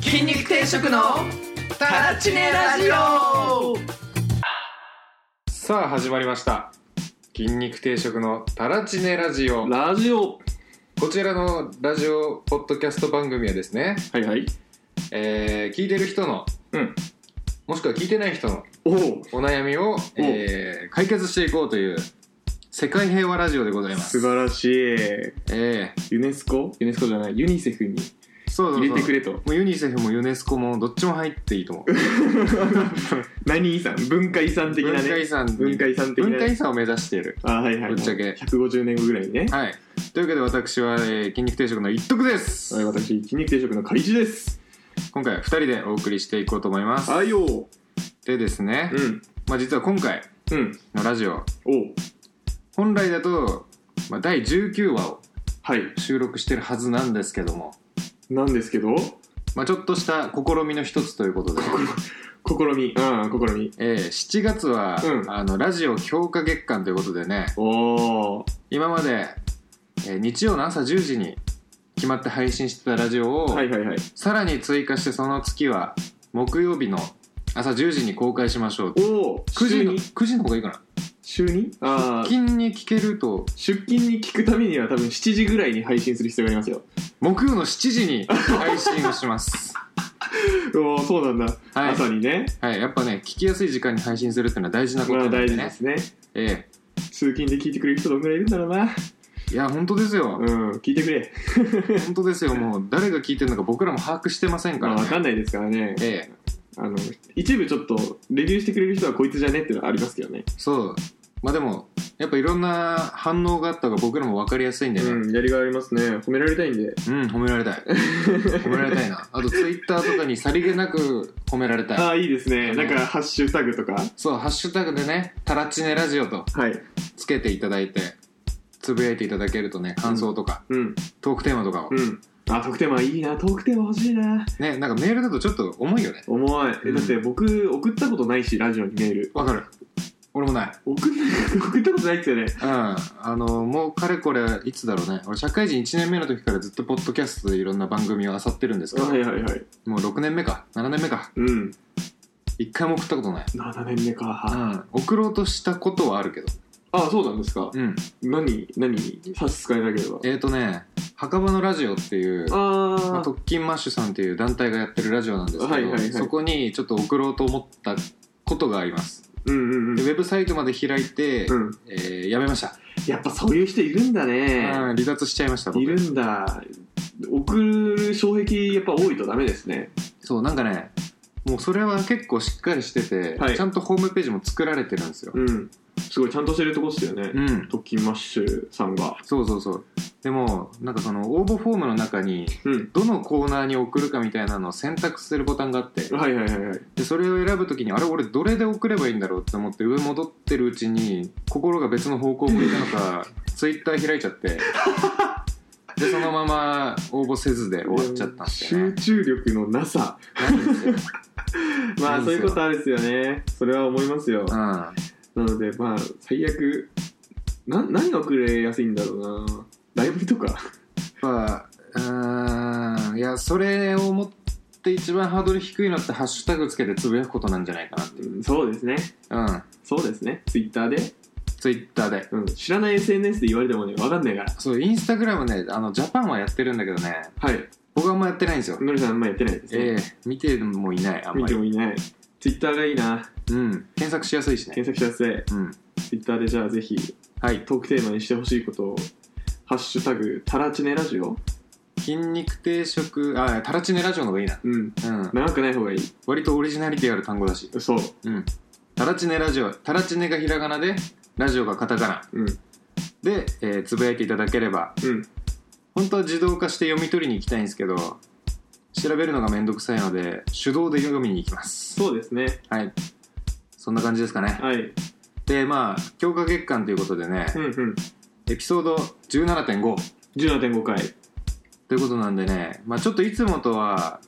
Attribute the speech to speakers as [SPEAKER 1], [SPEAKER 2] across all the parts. [SPEAKER 1] 定食のタラチネラジオ
[SPEAKER 2] さあ始まりました筋肉定食のタラチネラジオ
[SPEAKER 3] ラジオ
[SPEAKER 2] こちらのラジオポッドキャスト番組はですね、
[SPEAKER 3] はいはい
[SPEAKER 2] えー聞いてる人の
[SPEAKER 3] うん
[SPEAKER 2] もしくは聞いてない人の
[SPEAKER 3] おお
[SPEAKER 2] お悩みを、えー解決していこうという世界平和ラジオでございま
[SPEAKER 3] 素
[SPEAKER 2] す
[SPEAKER 3] 晴らしい
[SPEAKER 2] えー
[SPEAKER 3] ユネスコユネスコじゃないユニセフに
[SPEAKER 2] そうそうそう
[SPEAKER 3] 入れてくれと
[SPEAKER 2] もうユニセフもユネスコもどっちも入っていいと思う
[SPEAKER 3] 何遺産文化遺産的なね
[SPEAKER 2] 文化遺産に
[SPEAKER 3] 文化遺産的なね
[SPEAKER 2] 文化遺産を目指している
[SPEAKER 3] あはいはい、はい、
[SPEAKER 2] ぶっちゃけ
[SPEAKER 3] 150年後ぐらいにね
[SPEAKER 2] はいというわけで私は、えー筋肉定食の一徳です、
[SPEAKER 3] はい私筋肉定食の開示です
[SPEAKER 2] 今回は2人でお送りしていこうと思います、
[SPEAKER 3] はいようん
[SPEAKER 2] でですね、まあ、実は今回
[SPEAKER 3] うん
[SPEAKER 2] のラジオ
[SPEAKER 3] おう
[SPEAKER 2] 本来だと、まあ、第19話を
[SPEAKER 3] はい
[SPEAKER 2] 収録してるはずなんですけども、
[SPEAKER 3] なんですけど
[SPEAKER 2] まあ、ちょっとした試みの一つというこ とで、
[SPEAKER 3] 試みうん試み
[SPEAKER 2] えー7月は、
[SPEAKER 3] うん
[SPEAKER 2] あのラジオ強化月間ということでね
[SPEAKER 3] おお
[SPEAKER 2] 今まで、えー日曜の朝10時に決まって配信してたラジオを、
[SPEAKER 3] はいはいはい
[SPEAKER 2] さらに追加してその月は木曜日の朝10時に公開しましょう
[SPEAKER 3] おお
[SPEAKER 2] 9時の
[SPEAKER 3] に
[SPEAKER 2] 9時の方がいいかな
[SPEAKER 3] 週にああ
[SPEAKER 2] 金に聞けると
[SPEAKER 3] 出勤に聞くためには多分7時ぐらいに配信する必要がありますよ
[SPEAKER 2] 木曜の7時に配信をします
[SPEAKER 3] おおそうなんだ、
[SPEAKER 2] はい
[SPEAKER 3] 朝にね
[SPEAKER 2] はいやっぱね聞きやすい時間に配信するっていうのは大事なこと
[SPEAKER 3] ま
[SPEAKER 2] な
[SPEAKER 3] あ
[SPEAKER 2] んで
[SPEAKER 3] 大
[SPEAKER 2] ね、
[SPEAKER 3] 事ですね
[SPEAKER 2] え
[SPEAKER 3] 通勤で聞いてくれる人どんぐらいいるんだろうな
[SPEAKER 2] えいや本当ですよ、
[SPEAKER 3] うん聞いてくれ
[SPEAKER 2] 本当ですよもう誰が聞いてるのか僕らも把握してませんか
[SPEAKER 3] まあ
[SPEAKER 2] ら、ね
[SPEAKER 3] 分かんないですからね
[SPEAKER 2] ええ
[SPEAKER 3] あの一部ちょっとレビューしてくれる人はこいつじゃねっていうのはありますけどね
[SPEAKER 2] そうまあでもやっぱいろんな反応があった方が僕らも分かりやすいんでね
[SPEAKER 3] うんやりがいありますね褒められたいんで
[SPEAKER 2] うん、褒められたい褒められた いなあとツイッターとかにさりげなく褒められたい
[SPEAKER 3] ああいいですね
[SPEAKER 2] うん
[SPEAKER 3] なんかハッシュタグとか
[SPEAKER 2] そうハッシュタグでね「タラチネラジオ」と
[SPEAKER 3] はい
[SPEAKER 2] つけていただいてつぶやいていただけるとね感想とか、
[SPEAKER 3] うん
[SPEAKER 2] トークテーマとかを、
[SPEAKER 3] うんあトークテーマいいなトークテーマ欲しいな
[SPEAKER 2] ねなんかメールだとちょっと重いよね
[SPEAKER 3] 重いえだって僕送ったことないしラジオにメール
[SPEAKER 2] わかる俺もない
[SPEAKER 3] 送んな 送ったことないっすよね
[SPEAKER 2] うんあのもうかれこれいつだろうね俺社会人1年目の時からずっとポッドキャストでいろんな番組を漁ってるんですけど、
[SPEAKER 3] はいはいはい
[SPEAKER 2] もう6年目か7年目か
[SPEAKER 3] うん
[SPEAKER 2] 1回も送ったことない、
[SPEAKER 3] 7年目か、
[SPEAKER 2] うん、送ろうとしたことはあるけど
[SPEAKER 3] あそうなんですか
[SPEAKER 2] うん
[SPEAKER 3] 何何差し支えなければ
[SPEAKER 2] えーとね墓場のラジオっていう
[SPEAKER 3] あー、
[SPEAKER 2] まあ、特勤マッシュさんっていう団体がやってるラジオなんですけど、
[SPEAKER 3] はいはいはい
[SPEAKER 2] そこにちょっと送ろうと思ったことがあります、
[SPEAKER 3] うんうんう
[SPEAKER 2] で
[SPEAKER 3] ん
[SPEAKER 2] ウェブサイトまで開いて、
[SPEAKER 3] うん
[SPEAKER 2] えーやめました、
[SPEAKER 3] やっぱそういう人いるんだ
[SPEAKER 2] うん
[SPEAKER 3] ね、
[SPEAKER 2] 離脱しちゃいました僕
[SPEAKER 3] いるんだ送る障壁やっぱ多いとダメですね
[SPEAKER 2] そうなんかねもうそれは結構しっかりしてて、
[SPEAKER 3] はい
[SPEAKER 2] ちゃんとホームページも作られてるんですよ
[SPEAKER 3] うんすごいちゃんとしてるとこっすよね、
[SPEAKER 2] うん、
[SPEAKER 3] 特勤マッシュさんが
[SPEAKER 2] そうそうそうでもなんかその応募フォームの中に
[SPEAKER 3] うん
[SPEAKER 2] どのコーナーに送るかみたいなのを選択するボタンがあって
[SPEAKER 3] はいはいはいはい
[SPEAKER 2] でそれを選ぶときにあれ俺どれで送ればいいんだろうって思って上戻ってるうちに心が別の方向を向いたのかツイッター開いちゃってでそのまま応募せずで終わっちゃったんですよ
[SPEAKER 3] 集
[SPEAKER 2] ね
[SPEAKER 3] 中力のなさ
[SPEAKER 2] なんですよ、
[SPEAKER 3] ま
[SPEAKER 2] そうですよ
[SPEAKER 3] あそういうことあるですよねそれは思いますよ
[SPEAKER 2] う、
[SPEAKER 3] なんのでまあ最悪な何が遅れやすいんだろうなライブとか
[SPEAKER 2] やっぱうんいやそれをもって一番ハードル低いのってハッシュタグつけてつぶやくことなんじゃないか
[SPEAKER 3] うんそうですね
[SPEAKER 2] なうん
[SPEAKER 3] そうですねツイッターで
[SPEAKER 2] ツイッターで
[SPEAKER 3] うん、知らない SNS で言われてもね、わかんないから。
[SPEAKER 2] そうインスタグラムねあのジャパンはやってるんだけどね
[SPEAKER 3] はい。
[SPEAKER 2] 僕はあんまやってないんですよ
[SPEAKER 3] のりさんあんまやってないです
[SPEAKER 2] ええ
[SPEAKER 3] ね。
[SPEAKER 2] 見てもいないあん
[SPEAKER 3] 見
[SPEAKER 2] ま
[SPEAKER 3] て
[SPEAKER 2] り
[SPEAKER 3] もいない。Twitter がいいな。
[SPEAKER 2] うん検索しやすいしね
[SPEAKER 3] 検索しやすい。
[SPEAKER 2] うん。
[SPEAKER 3] Twitter でじゃあぜひ、
[SPEAKER 2] はい。
[SPEAKER 3] トークテーマにしてほしいことを、ハッシュタグ、タラチネラジオ
[SPEAKER 2] 筋肉定食、あ、タラチネラジオの方がいいな。
[SPEAKER 3] うん。
[SPEAKER 2] うん。
[SPEAKER 3] 長くない方がいい。
[SPEAKER 2] 割とオリジナリティある単語だし。
[SPEAKER 3] そう。
[SPEAKER 2] うん。タラチネラジオ。タラチネがひらがなで、ラジオがカタカナ。
[SPEAKER 3] うん。
[SPEAKER 2] で、えーつぶやいていただければ。
[SPEAKER 3] うん。
[SPEAKER 2] 本当は自動化して読み取りに行きたいんですけど、調べるのがめんどくさいので、手動で読みに行きます。
[SPEAKER 3] そうですね。
[SPEAKER 2] はい。そんな感じですかね。
[SPEAKER 3] はい。
[SPEAKER 2] で、まあ、強化月間ということでね、
[SPEAKER 3] うんうん。
[SPEAKER 2] エピソード17.5。
[SPEAKER 3] 17.5回。
[SPEAKER 2] ということなんでね、まあちょっといつもとは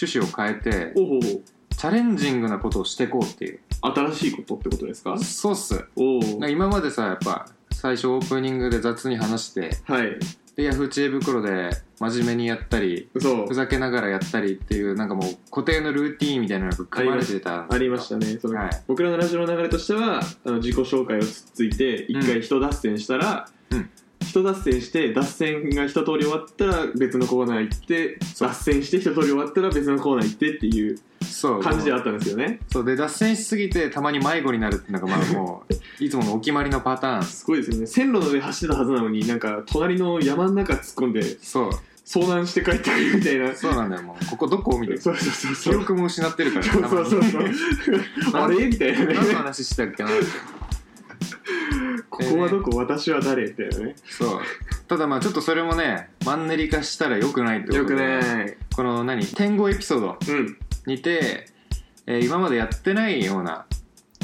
[SPEAKER 2] 趣旨を変えて、
[SPEAKER 3] おお。
[SPEAKER 2] チャレンジングなことをしていこうっていう
[SPEAKER 3] 新しいことってことですか
[SPEAKER 2] そうっす
[SPEAKER 3] おお。
[SPEAKER 2] なんか今までさやっぱ最初オープニングで雑に話して
[SPEAKER 3] はい。
[SPEAKER 2] ででヤフー知恵袋で真面目にやったり
[SPEAKER 3] そう
[SPEAKER 2] ふざけながらやったりっていうなんかもう固定のルーティーンみたいなのが組まれてたんです
[SPEAKER 3] ありましたねその、
[SPEAKER 2] はい
[SPEAKER 3] 僕らのラジオの流れとしてはあの自己紹介をつっついて一回人脱線したら、
[SPEAKER 2] うん
[SPEAKER 3] 人脱線して脱線が一通り終わったら別のコーナー行って
[SPEAKER 2] そう
[SPEAKER 3] 脱線して一通り終わったら別のコーナー行ってっていう
[SPEAKER 2] そう
[SPEAKER 3] 感じではあったんですよね
[SPEAKER 2] そうで脱線しすぎてたまに迷子になるっていうのがまあも ういつものお決まりのパターン
[SPEAKER 3] すごいですよね線路の上走ってたはずなのになんか隣の山の中突っ込んで
[SPEAKER 2] そう
[SPEAKER 3] 遭難して帰ってくるみたいな
[SPEAKER 2] そうなんだよもうここどこみたいな
[SPEAKER 3] そうそうそう
[SPEAKER 2] 記
[SPEAKER 3] そう
[SPEAKER 2] 憶も失ってるから
[SPEAKER 3] そうそうそうそう
[SPEAKER 2] た
[SPEAKER 3] あ
[SPEAKER 2] まに
[SPEAKER 3] れみたいなね
[SPEAKER 2] 何の話してたっけな
[SPEAKER 3] ここはどこ私は誰みたいなね
[SPEAKER 2] そうただまあちょっとそれもねマンネリ化したらよくないってこと
[SPEAKER 3] よ
[SPEAKER 2] で
[SPEAKER 3] くない
[SPEAKER 2] この何天狗エピソード
[SPEAKER 3] うん
[SPEAKER 2] にて、えー今までやってないような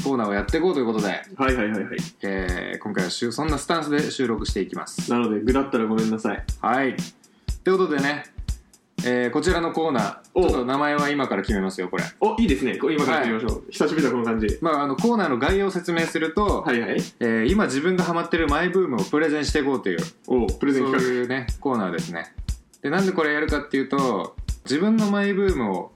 [SPEAKER 2] コーナーをやっていこうということで、
[SPEAKER 3] はいはいはいはい
[SPEAKER 2] えー今回はしゅそんなスタンスで収録していきます
[SPEAKER 3] なので、ぐだったらごめんなさい。
[SPEAKER 2] はいということでね、えーこちらのコーナー
[SPEAKER 3] お
[SPEAKER 2] ちょっと名前は今から決めますよこれ
[SPEAKER 3] お、いいですね。こう今からやってみましょう。久しぶりだ、この感じ。
[SPEAKER 2] まあ、あのコーナーの概要を説明すると、
[SPEAKER 3] はいはい。
[SPEAKER 2] えー今自分がハマってるマイブームをプレゼンしていこうという
[SPEAKER 3] おプレゼン
[SPEAKER 2] そう
[SPEAKER 3] 企
[SPEAKER 2] いうねコーナーですねでなんでこれやるかっていうと自分のマイブームを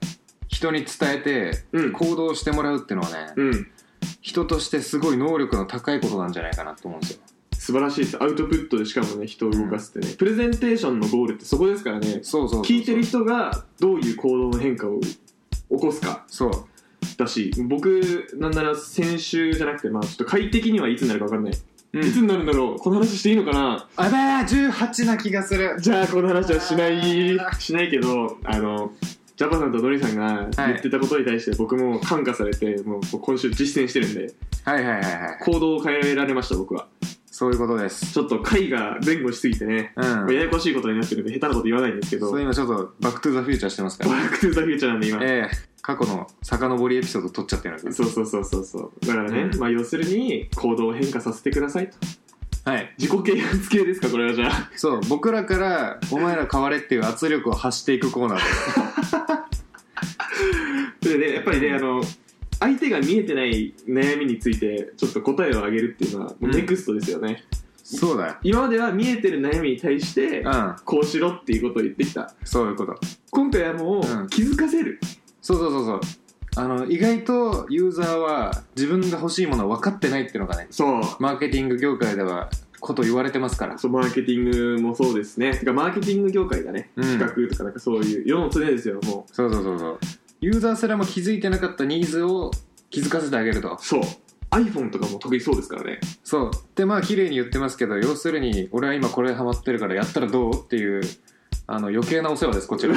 [SPEAKER 2] 人に伝えて
[SPEAKER 3] 画。うん。
[SPEAKER 2] 行動してもらうっていうのはね、
[SPEAKER 3] うん。
[SPEAKER 2] 人としてすごい能力の高いことなんじゃないかなと思うんですよ
[SPEAKER 3] 素晴らしいです。アウトプットでしかもね、人を動かすってね。プレゼンテーションのゴールってそこですからね。
[SPEAKER 2] そうそうそう
[SPEAKER 3] 聞いてる人がどういう行動の変化を起こすか
[SPEAKER 2] そう
[SPEAKER 3] だし、僕、なんなら先週じゃなくて、まあちょっと快適にはいつになるか分かんない。
[SPEAKER 2] うん
[SPEAKER 3] いつになるんだろうこの話していいのかな
[SPEAKER 2] あべえ18な気がする
[SPEAKER 3] じゃあこの話はしないしないけどあのジャパさんとノリさんが言ってたことに対して僕も感化されてもう今週実践してるんで
[SPEAKER 2] はいはいはいはい
[SPEAKER 3] 行動を変えられました僕は
[SPEAKER 2] そういうことです
[SPEAKER 3] ちょっと回が前後しすぎてね、
[SPEAKER 2] うん
[SPEAKER 3] ややこしいことになってるんで下手なこと言わないんですけど
[SPEAKER 2] そう
[SPEAKER 3] バッ
[SPEAKER 2] 今ちょっとバックトゥザフューチャーしてますから
[SPEAKER 3] クトゥザフューチャーなんで今、
[SPEAKER 2] ええ過去の遡りエピソード撮っちゃってるんです
[SPEAKER 3] そうそうそうそうそうだからね、
[SPEAKER 2] うん
[SPEAKER 3] まあ要するに行動を変化させてくださいと
[SPEAKER 2] はい
[SPEAKER 3] 自己啓発系ですかこれはじゃあ
[SPEAKER 2] そう僕らからお前ら変われっていう圧力を発していくコーナーです
[SPEAKER 3] でねやっぱりねあの相手が見えてない悩みについてちょっと答えをあげるっていうのはもうネクストですよね、
[SPEAKER 2] そうだよ
[SPEAKER 3] 今までは見えてる悩みに対して
[SPEAKER 2] うん
[SPEAKER 3] こうしろっていうことを言ってきた
[SPEAKER 2] そういうこと
[SPEAKER 3] 今回はも
[SPEAKER 2] うん
[SPEAKER 3] う気づかせる、
[SPEAKER 2] そうそうそうそうあの意外とユーザーは自分が欲しいものを分かってないっていうのがね
[SPEAKER 3] そう
[SPEAKER 2] マーケティング業界ではこと言われてますから
[SPEAKER 3] そうマーケティングもそうですねてかマーケティング業界だね、
[SPEAKER 2] うん
[SPEAKER 3] 企画とかなんかそういう世の常ですよも
[SPEAKER 2] そうそうそうそうユーザーすらも気づいてなかったニーズを気づかせてあげると
[SPEAKER 3] うそう iPhone とかも得意そうですからね
[SPEAKER 2] そうでまあ綺麗に言ってますけど要するに俺は今これハマってるからやったらどうっていうあの余計なお世話です こちら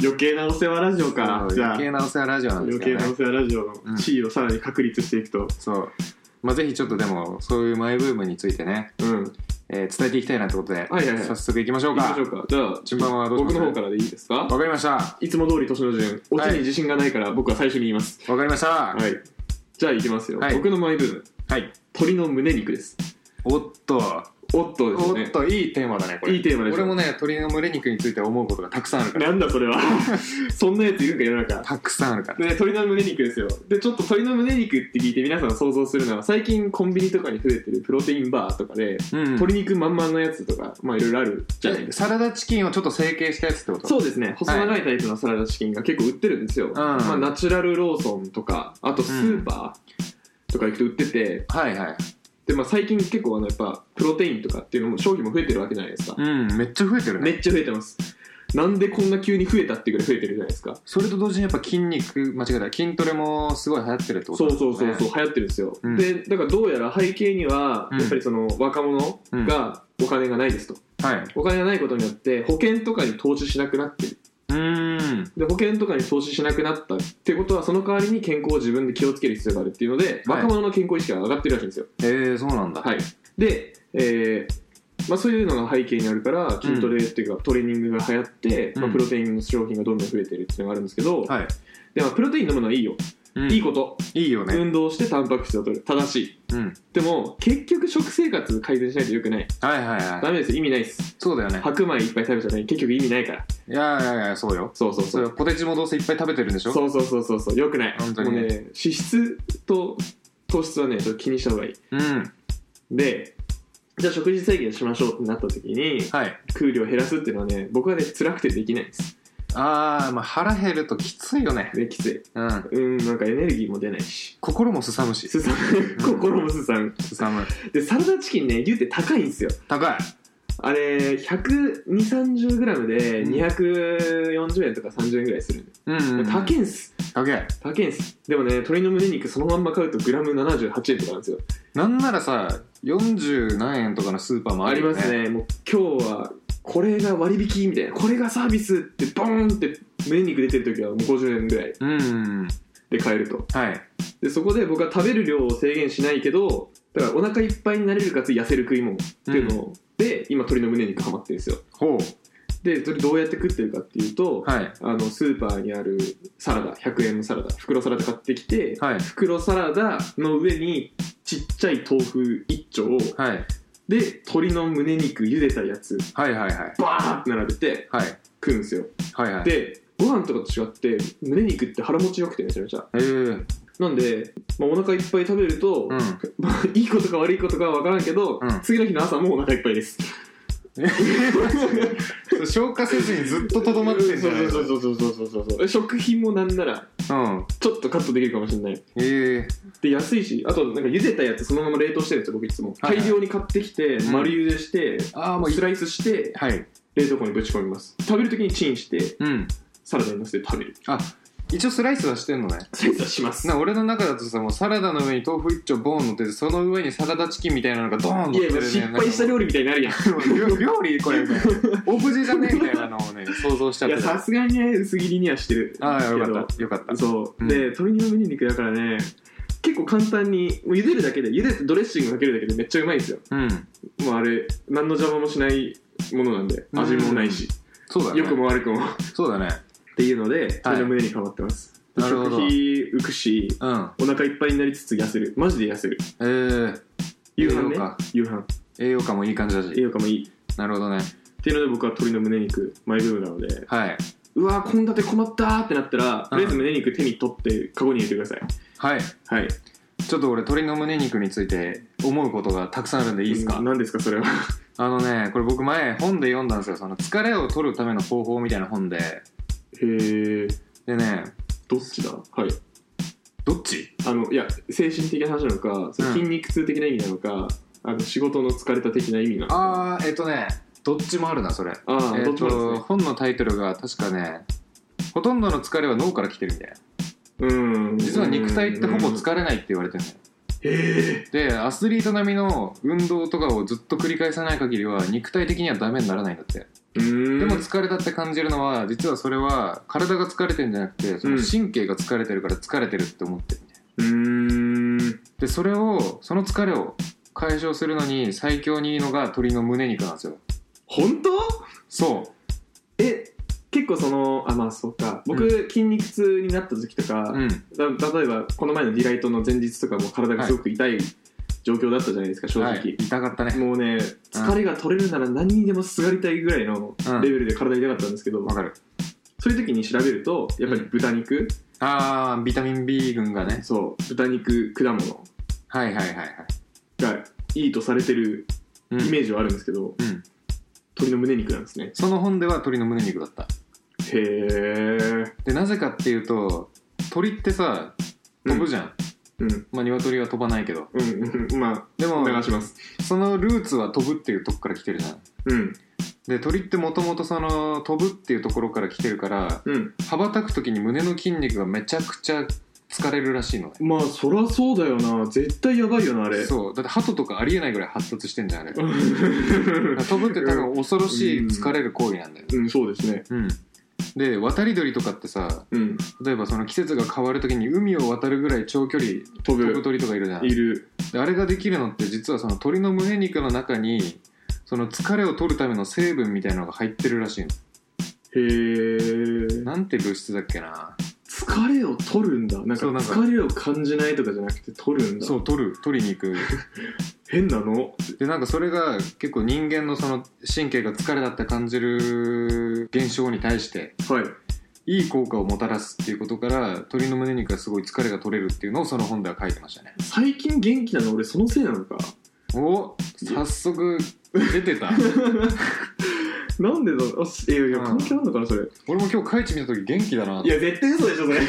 [SPEAKER 3] 余計なお世話ラジオか
[SPEAKER 2] そう
[SPEAKER 3] じゃあ
[SPEAKER 2] 余計なお世話ラジオなんです
[SPEAKER 3] 余計
[SPEAKER 2] けど、ね、
[SPEAKER 3] なお世話ラジオ
[SPEAKER 2] うん
[SPEAKER 3] の地位をさらに確立していくと、
[SPEAKER 2] そうまあぜひちょっとでもそういうマイブームについてね、
[SPEAKER 3] うん行き
[SPEAKER 2] えー伝えていきたいなってことで、
[SPEAKER 3] はいはいはい
[SPEAKER 2] 早速いきましょう
[SPEAKER 3] ま
[SPEAKER 2] か
[SPEAKER 3] しょうかじゃあ
[SPEAKER 2] 順番はどうしま
[SPEAKER 3] 僕
[SPEAKER 2] す
[SPEAKER 3] の方からでいいですか
[SPEAKER 2] わかりましたわ
[SPEAKER 3] いつも通り年の順オチに自信がないから僕は最初に言います
[SPEAKER 2] かりましたは
[SPEAKER 3] はい。じゃあ、いきますよ。
[SPEAKER 2] はい
[SPEAKER 3] 僕のマイブーム。
[SPEAKER 2] い、
[SPEAKER 3] 鶏の胸肉です。
[SPEAKER 2] おっと
[SPEAKER 3] おっとです
[SPEAKER 2] お
[SPEAKER 3] ね
[SPEAKER 2] っ。といいテーマだねこれ
[SPEAKER 3] いいテーマです
[SPEAKER 2] 俺もね鶏の胸肉について思うことがたくさんあるから
[SPEAKER 3] なんだそれは。 そんなやついるんか世の中。
[SPEAKER 2] たくさんあるから
[SPEAKER 3] で、鶏の胸肉ですよ。で、ちょっと鶏の胸肉って聞いて皆さん想像するのは、最近コンビニとかに増えてるプロテインバーとかで、
[SPEAKER 2] うん
[SPEAKER 3] 鶏肉まんまんのやつとか、まあいろいろあるじゃないですか。
[SPEAKER 2] サラダチキンをちょっと成形したやつってこと
[SPEAKER 3] そうですね細長いタイプのサラダチキンが結構売ってるんですよ、まあ、ナチュラルローソンとかあとスーパーとか行くと売ってて、
[SPEAKER 2] はいはい
[SPEAKER 3] で、まあ、最近結構あのやっぱプロテインとかっていうのも商品も増えてるわけじゃないですか、
[SPEAKER 2] うんめっちゃ増えてるね
[SPEAKER 3] めっちゃ増えてますなんでこんな急に増えたってぐらい増えてるじゃないですか
[SPEAKER 2] それと同時にやっぱ筋肉間違えた筋トレもすごい流行ってるってこと
[SPEAKER 3] そう
[SPEAKER 2] だね
[SPEAKER 3] そうそうそう流行ってるんですよ、
[SPEAKER 2] うん
[SPEAKER 3] でだからどうやら背景には
[SPEAKER 2] うん
[SPEAKER 3] やっぱりその若者がお金がないですと、
[SPEAKER 2] はい
[SPEAKER 3] お金がないことによって保険とかに投資しなくなってる
[SPEAKER 2] うーん
[SPEAKER 3] で保険とかに投資しなくなったってことはその代わりに健康を自分で気をつける必要があるっていうので
[SPEAKER 2] はい
[SPEAKER 3] 若者の健康意識が上がってるらしいんですよ
[SPEAKER 2] えー、そうなんだ
[SPEAKER 3] はい、で、えーまあ、そういうのが背景にあるから筋トレっていうか、トレーニングが流行って、ま
[SPEAKER 2] う
[SPEAKER 3] あ、
[SPEAKER 2] ん
[SPEAKER 3] プロテインの商品がどんどん増えてるっていうのがあるんですけど、
[SPEAKER 2] はい
[SPEAKER 3] でまあ、プロテイン飲むのはいいよ、
[SPEAKER 2] うん
[SPEAKER 3] いいこと、
[SPEAKER 2] いいよね
[SPEAKER 3] 運動してタンパク質を取る正しい
[SPEAKER 2] うん
[SPEAKER 3] でも結局食生活改善しないとよくない
[SPEAKER 2] はいはいは
[SPEAKER 3] ダ
[SPEAKER 2] い
[SPEAKER 3] メですよ意味ないです
[SPEAKER 2] そうだよね
[SPEAKER 3] 白米いっぱい食べちゃない結局意味ないから
[SPEAKER 2] いやいやいやそうよ
[SPEAKER 3] そうそう
[SPEAKER 2] そ
[SPEAKER 3] そうう
[SPEAKER 2] よポテチもどうせいっぱい食べてるんでしょ
[SPEAKER 3] そうそうそうそうそうよくない
[SPEAKER 2] 本当に
[SPEAKER 3] もうね脂質と糖質はねちょっと気にした方がいい
[SPEAKER 2] うん
[SPEAKER 3] でじゃあ食事制限しましょうってなった時に
[SPEAKER 2] はい
[SPEAKER 3] 空量減らすっていうのはね僕はね辛くてできないんです
[SPEAKER 2] ああまあ腹減るときついよね
[SPEAKER 3] できつい
[SPEAKER 2] うん
[SPEAKER 3] うんなんかエネルギーも出ないし
[SPEAKER 2] 心もすさむし
[SPEAKER 3] すさむ心もすさむ
[SPEAKER 2] すさむ
[SPEAKER 3] でサラダチキンね牛って高いんですよ
[SPEAKER 2] 高い
[SPEAKER 3] あれ1 2 3 0ムで
[SPEAKER 2] うん
[SPEAKER 3] 240円とか30円ぐらいするんで、
[SPEAKER 2] うんうん、うん、
[SPEAKER 3] 高いんす
[SPEAKER 2] 高い
[SPEAKER 3] 高いんすでもね鶏の胸肉そのまんま買うとグラム78円とかなんですよ
[SPEAKER 2] なんならさ40何円とかのスーパーもあ
[SPEAKER 3] あり
[SPEAKER 2] るよ
[SPEAKER 3] ま
[SPEAKER 2] ね
[SPEAKER 3] すねもう今日はこれが割引みたいなこれがサービスってボーンって胸肉出てる時はもう50円ぐらい
[SPEAKER 2] うんうん
[SPEAKER 3] で買えると
[SPEAKER 2] はい
[SPEAKER 3] でそこで僕は食べる量を制限しないけどだからお腹いっぱいになれるかつ痩せる食い物っていうのを、で今鶏の胸肉ハマってるんですよ
[SPEAKER 2] ほ
[SPEAKER 3] でそれどうやって食ってるかっていうと、
[SPEAKER 2] うはい
[SPEAKER 3] あのスーパーにあるサラダ100円のサラダ袋サラダ買ってきて、
[SPEAKER 2] はい
[SPEAKER 3] 袋サラダの上にちっちゃい豆腐1丁を
[SPEAKER 2] はい
[SPEAKER 3] で鶏の胸肉茹でたやつ
[SPEAKER 2] はいはいはい
[SPEAKER 3] バーって並べて
[SPEAKER 2] はい
[SPEAKER 3] 食うんですよ
[SPEAKER 2] はいはい
[SPEAKER 3] でご飯とかと違って胸肉って腹持ちよくてめちゃめちゃ
[SPEAKER 2] ええー、
[SPEAKER 3] なんで、まあ、お腹いっぱい食べると、
[SPEAKER 2] うん
[SPEAKER 3] まあ、いいことか悪いことかは分からんけど、
[SPEAKER 2] うん
[SPEAKER 3] 次の日の朝もうお腹いっぱいです
[SPEAKER 2] 消化せずにずっととどまってんじゃないの
[SPEAKER 3] そうそうそうそうそうそうそう食品もなんなら
[SPEAKER 2] うん
[SPEAKER 3] ちょっとカットできるかもしれない
[SPEAKER 2] ええ
[SPEAKER 3] で安いしあとなんか茹でたやつそのまま冷凍してるんですよ僕いつも
[SPEAKER 2] はいは
[SPEAKER 3] 大
[SPEAKER 2] い
[SPEAKER 3] 量に買ってきて
[SPEAKER 2] うん
[SPEAKER 3] 丸茹でして
[SPEAKER 2] ああもう
[SPEAKER 3] スライスして
[SPEAKER 2] はい
[SPEAKER 3] 冷凍庫にぶち込みます食べる時にチンして
[SPEAKER 2] うん
[SPEAKER 3] サラダにのせて食べる
[SPEAKER 2] あ一応スライスはしてんのね
[SPEAKER 3] スライスはしますい
[SPEAKER 2] な俺の中だとさもうサラダの上に豆腐一丁ボーン乗っててその上にサラダチキンみたいなのがドーン乗って
[SPEAKER 3] や
[SPEAKER 2] る、
[SPEAKER 3] も
[SPEAKER 2] ね、
[SPEAKER 3] う失敗した料理みたいになるやん
[SPEAKER 2] 料料理これみたいなオブジェじゃねえみたいなのをね想像しちゃ
[SPEAKER 3] い
[SPEAKER 2] っ
[SPEAKER 3] や
[SPEAKER 2] て
[SPEAKER 3] さ
[SPEAKER 2] た
[SPEAKER 3] すがにね薄切りにはしてる
[SPEAKER 2] ああよかったよかった
[SPEAKER 3] そう、
[SPEAKER 2] うん
[SPEAKER 3] で鶏の胸肉だからね結構簡単にもう茹でるだけで茹でてドレッシングかけるだけでめっちゃうまいんですよ
[SPEAKER 2] うん
[SPEAKER 3] もうあれ何の邪魔もしないものなんで味もないし、
[SPEAKER 2] そうだね
[SPEAKER 3] 良くも悪くもっ
[SPEAKER 2] そうだね
[SPEAKER 3] ていうので鶏の胸肉ハマってます、で
[SPEAKER 2] なるほど
[SPEAKER 3] 食費浮くし
[SPEAKER 2] うん
[SPEAKER 3] お腹いっぱいになりつつ痩せるマジで痩せる
[SPEAKER 2] えー、
[SPEAKER 3] 夕飯
[SPEAKER 2] 栄
[SPEAKER 3] ね
[SPEAKER 2] 養価
[SPEAKER 3] 夕飯
[SPEAKER 2] 栄養価もいい感じだ
[SPEAKER 3] 栄
[SPEAKER 2] し
[SPEAKER 3] 養価もいい
[SPEAKER 2] なるほどね
[SPEAKER 3] っていうので僕は鶏の胸肉マイブームなので
[SPEAKER 2] はいう
[SPEAKER 3] わー献立困ったーってなったら、とりあえず胸肉手に取ってカゴに入れてください
[SPEAKER 2] はい
[SPEAKER 3] はい
[SPEAKER 2] ちょっと俺鶏の胸肉について思うことがたくさんあるんでいいですか、
[SPEAKER 3] 何ですか それは
[SPEAKER 2] あのねこれ僕前本で読んだんですよその疲れを取るための方法みたいな本で
[SPEAKER 3] へえ
[SPEAKER 2] でね
[SPEAKER 3] どっちだはい
[SPEAKER 2] どっち
[SPEAKER 3] あのいや精神的な話なのかその
[SPEAKER 2] うん
[SPEAKER 3] 筋肉痛的な意味なのか、あの仕事の疲れた的な意味なのか
[SPEAKER 2] ああえっ、とねどっちもあるなそれ
[SPEAKER 3] ああー
[SPEAKER 2] え
[SPEAKER 3] ど
[SPEAKER 2] っ
[SPEAKER 3] っちも
[SPEAKER 2] と
[SPEAKER 3] で
[SPEAKER 2] 本のタイトルが確かねほとんどの疲れは脳から来てるみたいな
[SPEAKER 3] すねうん
[SPEAKER 2] 実は肉体ってほぼ疲れないって言われてるのよ
[SPEAKER 3] へ
[SPEAKER 2] でアスリート並みの運動とかをずっと繰り返さない限りは肉体的にはダメにならないんだって
[SPEAKER 3] えうん
[SPEAKER 2] でも疲れたって感じるのは実はそれは体が疲れてるんじゃなくてその神経が疲れてるから疲れてるって思ってるみたいな
[SPEAKER 3] うん
[SPEAKER 2] でそれをその疲れを解消するのに最強にいいのが鶏の胸肉なんですよ
[SPEAKER 3] 本当
[SPEAKER 2] そう
[SPEAKER 3] え結構そのあまあそうか僕、筋肉痛になった時とか、
[SPEAKER 2] うん
[SPEAKER 3] だ例えばこの前のディライトの前日とかも体がすごく痛い状況だったじゃないですか正直、
[SPEAKER 2] はい、痛かったね
[SPEAKER 3] もうね疲れが取れるなら何にでもすがりたいぐらいの
[SPEAKER 2] うん
[SPEAKER 3] レベルで体痛かったんですけど、
[SPEAKER 2] わかる
[SPEAKER 3] そういう時に調べるとやっぱり豚肉、
[SPEAKER 2] あービタミン B 群がね
[SPEAKER 3] そう豚肉果物
[SPEAKER 2] はいはいはいはい
[SPEAKER 3] がいいとされてる
[SPEAKER 2] うん
[SPEAKER 3] イメージはあるんですけど、
[SPEAKER 2] うん
[SPEAKER 3] 鶏の胸肉なんですね
[SPEAKER 2] その本では鶏の胸肉だった
[SPEAKER 3] へえ
[SPEAKER 2] でなぜかっていうと鳥ってさ飛ぶじゃん、
[SPEAKER 3] うん
[SPEAKER 2] まあ鶏は飛ばないけど
[SPEAKER 3] うんうんうんまあ
[SPEAKER 2] で
[SPEAKER 3] お
[SPEAKER 2] も
[SPEAKER 3] 願いします
[SPEAKER 2] そのルーツは飛ぶっていうとこから来てるじゃん
[SPEAKER 3] うん
[SPEAKER 2] で鳥ってもともとその飛ぶっていうところから来てるから
[SPEAKER 3] うん
[SPEAKER 2] 羽ばたく時に胸の筋肉がめちゃくちゃ疲れるらしいのね
[SPEAKER 3] まあそらそうだよな絶対やばいよなあれ
[SPEAKER 2] そうだって鳩とかありえないぐらい発達してんじゃんあれだか
[SPEAKER 3] う
[SPEAKER 2] ら飛ぶって多分恐ろしい疲れる行為なんだよ
[SPEAKER 3] ん そうですね
[SPEAKER 2] うんで渡り鳥とかってさ
[SPEAKER 3] うん
[SPEAKER 2] 例えばその季節が変わるときに海を渡るぐらい長距離
[SPEAKER 3] 飛
[SPEAKER 2] 飛ぶ
[SPEAKER 3] ぶ
[SPEAKER 2] 鳥とかいるじゃん
[SPEAKER 3] いる
[SPEAKER 2] であれができるのって実はその鳥の胸肉の中にその疲れを取るための成分みたいなのが入ってるらしい
[SPEAKER 3] へえ
[SPEAKER 2] のなんて物質だっけな
[SPEAKER 3] 疲れを取るんだなんか
[SPEAKER 2] そうなんか
[SPEAKER 3] 疲れを感じないとかじゃなくて取るんだ
[SPEAKER 2] そう取る取りに行く
[SPEAKER 3] 変なの
[SPEAKER 2] でなんかそれが結構人間のその神経が疲れだって感じる現象に対して
[SPEAKER 3] はい
[SPEAKER 2] いい効果をもたらすっていうことから鳥の胸肉がすごい疲れが取れるっていうのをその本では書いてましたね
[SPEAKER 3] 最近元気なの俺そのせいなのか
[SPEAKER 2] お早速出て た
[SPEAKER 3] なんでだろうあすいやいや
[SPEAKER 2] うん
[SPEAKER 3] 関係あんのかなそれ
[SPEAKER 2] 俺も今日カイチ見た時元気だない
[SPEAKER 3] や絶対嘘でしょそれ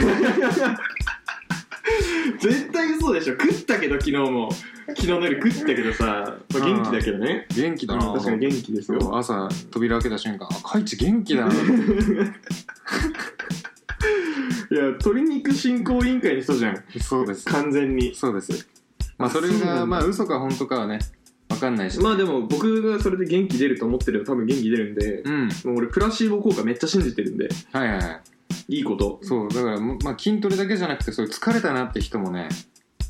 [SPEAKER 3] 絶対嘘でしょ食ったけど昨日も昨日の夜食ったけどさ、まあ、元気だけどね
[SPEAKER 2] 元気だな
[SPEAKER 3] 確かに元気ですよ
[SPEAKER 2] 今日朝扉開けた瞬間あカイチ元気だなって
[SPEAKER 3] いや鶏肉振興委員会の人じゃん
[SPEAKER 2] そうです。
[SPEAKER 3] 完全に
[SPEAKER 2] そうです。まあ、それ
[SPEAKER 3] そうなんだ
[SPEAKER 2] が、まあ、嘘か本当かはね、わかんないし。
[SPEAKER 3] まあでも僕がそれで元気出ると思ってれば多分元気出るんで、
[SPEAKER 2] う
[SPEAKER 3] も
[SPEAKER 2] ん。
[SPEAKER 3] う俺プラシーボ効果めっちゃ信じてるんで
[SPEAKER 2] はいはいはい。
[SPEAKER 3] いいこと
[SPEAKER 2] そう、だから、まあ、筋トレだけじゃなくて、そういう疲れたなって人もね、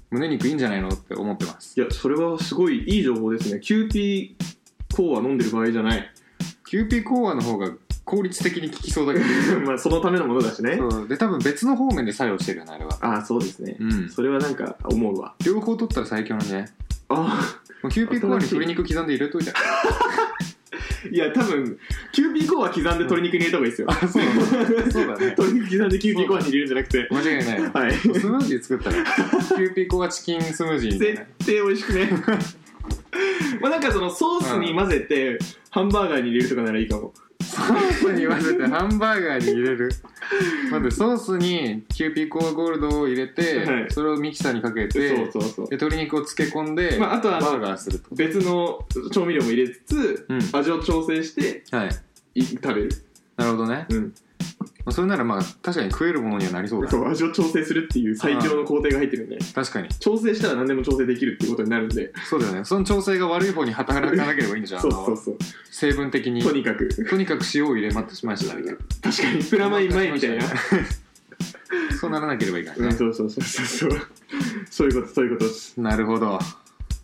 [SPEAKER 2] 胸肉いいんじゃないのって思ってます。
[SPEAKER 3] いやそれはすごいいい情報ですねキューピーコーは飲んでる場合じゃない
[SPEAKER 2] キューピーコアの方が効率的に効きそうだけ
[SPEAKER 3] まあそのためのものだしね
[SPEAKER 2] ど。そう。で、多分別の方面で作用してるよね、あれは。
[SPEAKER 3] ああそうですね、
[SPEAKER 2] うん。
[SPEAKER 3] それはなんか思うわ
[SPEAKER 2] 両方取ったら最強なんじゃない
[SPEAKER 3] あ
[SPEAKER 2] もうキューピーコアに鶏肉刻んで入れといたら。
[SPEAKER 3] あいや多分キューピーコーは刻んで鶏肉に入れた方が いいですよ、
[SPEAKER 2] そうだね。そうだね。
[SPEAKER 3] 鶏肉刻んでキューピーコーに入れるんじゃなくて
[SPEAKER 2] 間違いないわ。
[SPEAKER 3] はい
[SPEAKER 2] スムージー作ったら、キューピーコアチキンスムージーみたい
[SPEAKER 3] 絶
[SPEAKER 2] な。
[SPEAKER 3] 対美味しくねまあなんかそのソースに混ぜて、ハンバーガーに入れるとかならいいかも
[SPEAKER 2] ソースに混ぜてハンバーガーに入れるまずソースにキューピーコアゴールドを入れて、
[SPEAKER 3] はい
[SPEAKER 2] それをミキサーにかけてで
[SPEAKER 3] そうそうそう
[SPEAKER 2] 鶏肉を漬け込んで、
[SPEAKER 3] まああとはあ
[SPEAKER 2] バ
[SPEAKER 3] の
[SPEAKER 2] ーガーすると
[SPEAKER 3] 別の調味料も入れつつ、
[SPEAKER 2] うん
[SPEAKER 3] 味を調整して
[SPEAKER 2] はい
[SPEAKER 3] い食べる、
[SPEAKER 2] なるほどね、
[SPEAKER 3] うん、
[SPEAKER 2] まあ、それならまあ確かに食えるものにはなりそうだ
[SPEAKER 3] そう味を調整するっていう最強の工程が入ってるんで
[SPEAKER 2] 確かに
[SPEAKER 3] 調整したら何でも調整できるっていうことになるんで
[SPEAKER 2] そうだよねその調整が悪い方に働かなければいいんじゃん
[SPEAKER 3] そうそうそう
[SPEAKER 2] 成分的に
[SPEAKER 3] とにかく
[SPEAKER 2] とにかく塩を入れましましたみたいな
[SPEAKER 3] 確かにプラマイ前みたいな、
[SPEAKER 2] そうならなければいいから
[SPEAKER 3] うん、
[SPEAKER 2] ね、
[SPEAKER 3] そうそうそうそうそうそういうことそういうことです
[SPEAKER 2] なるほど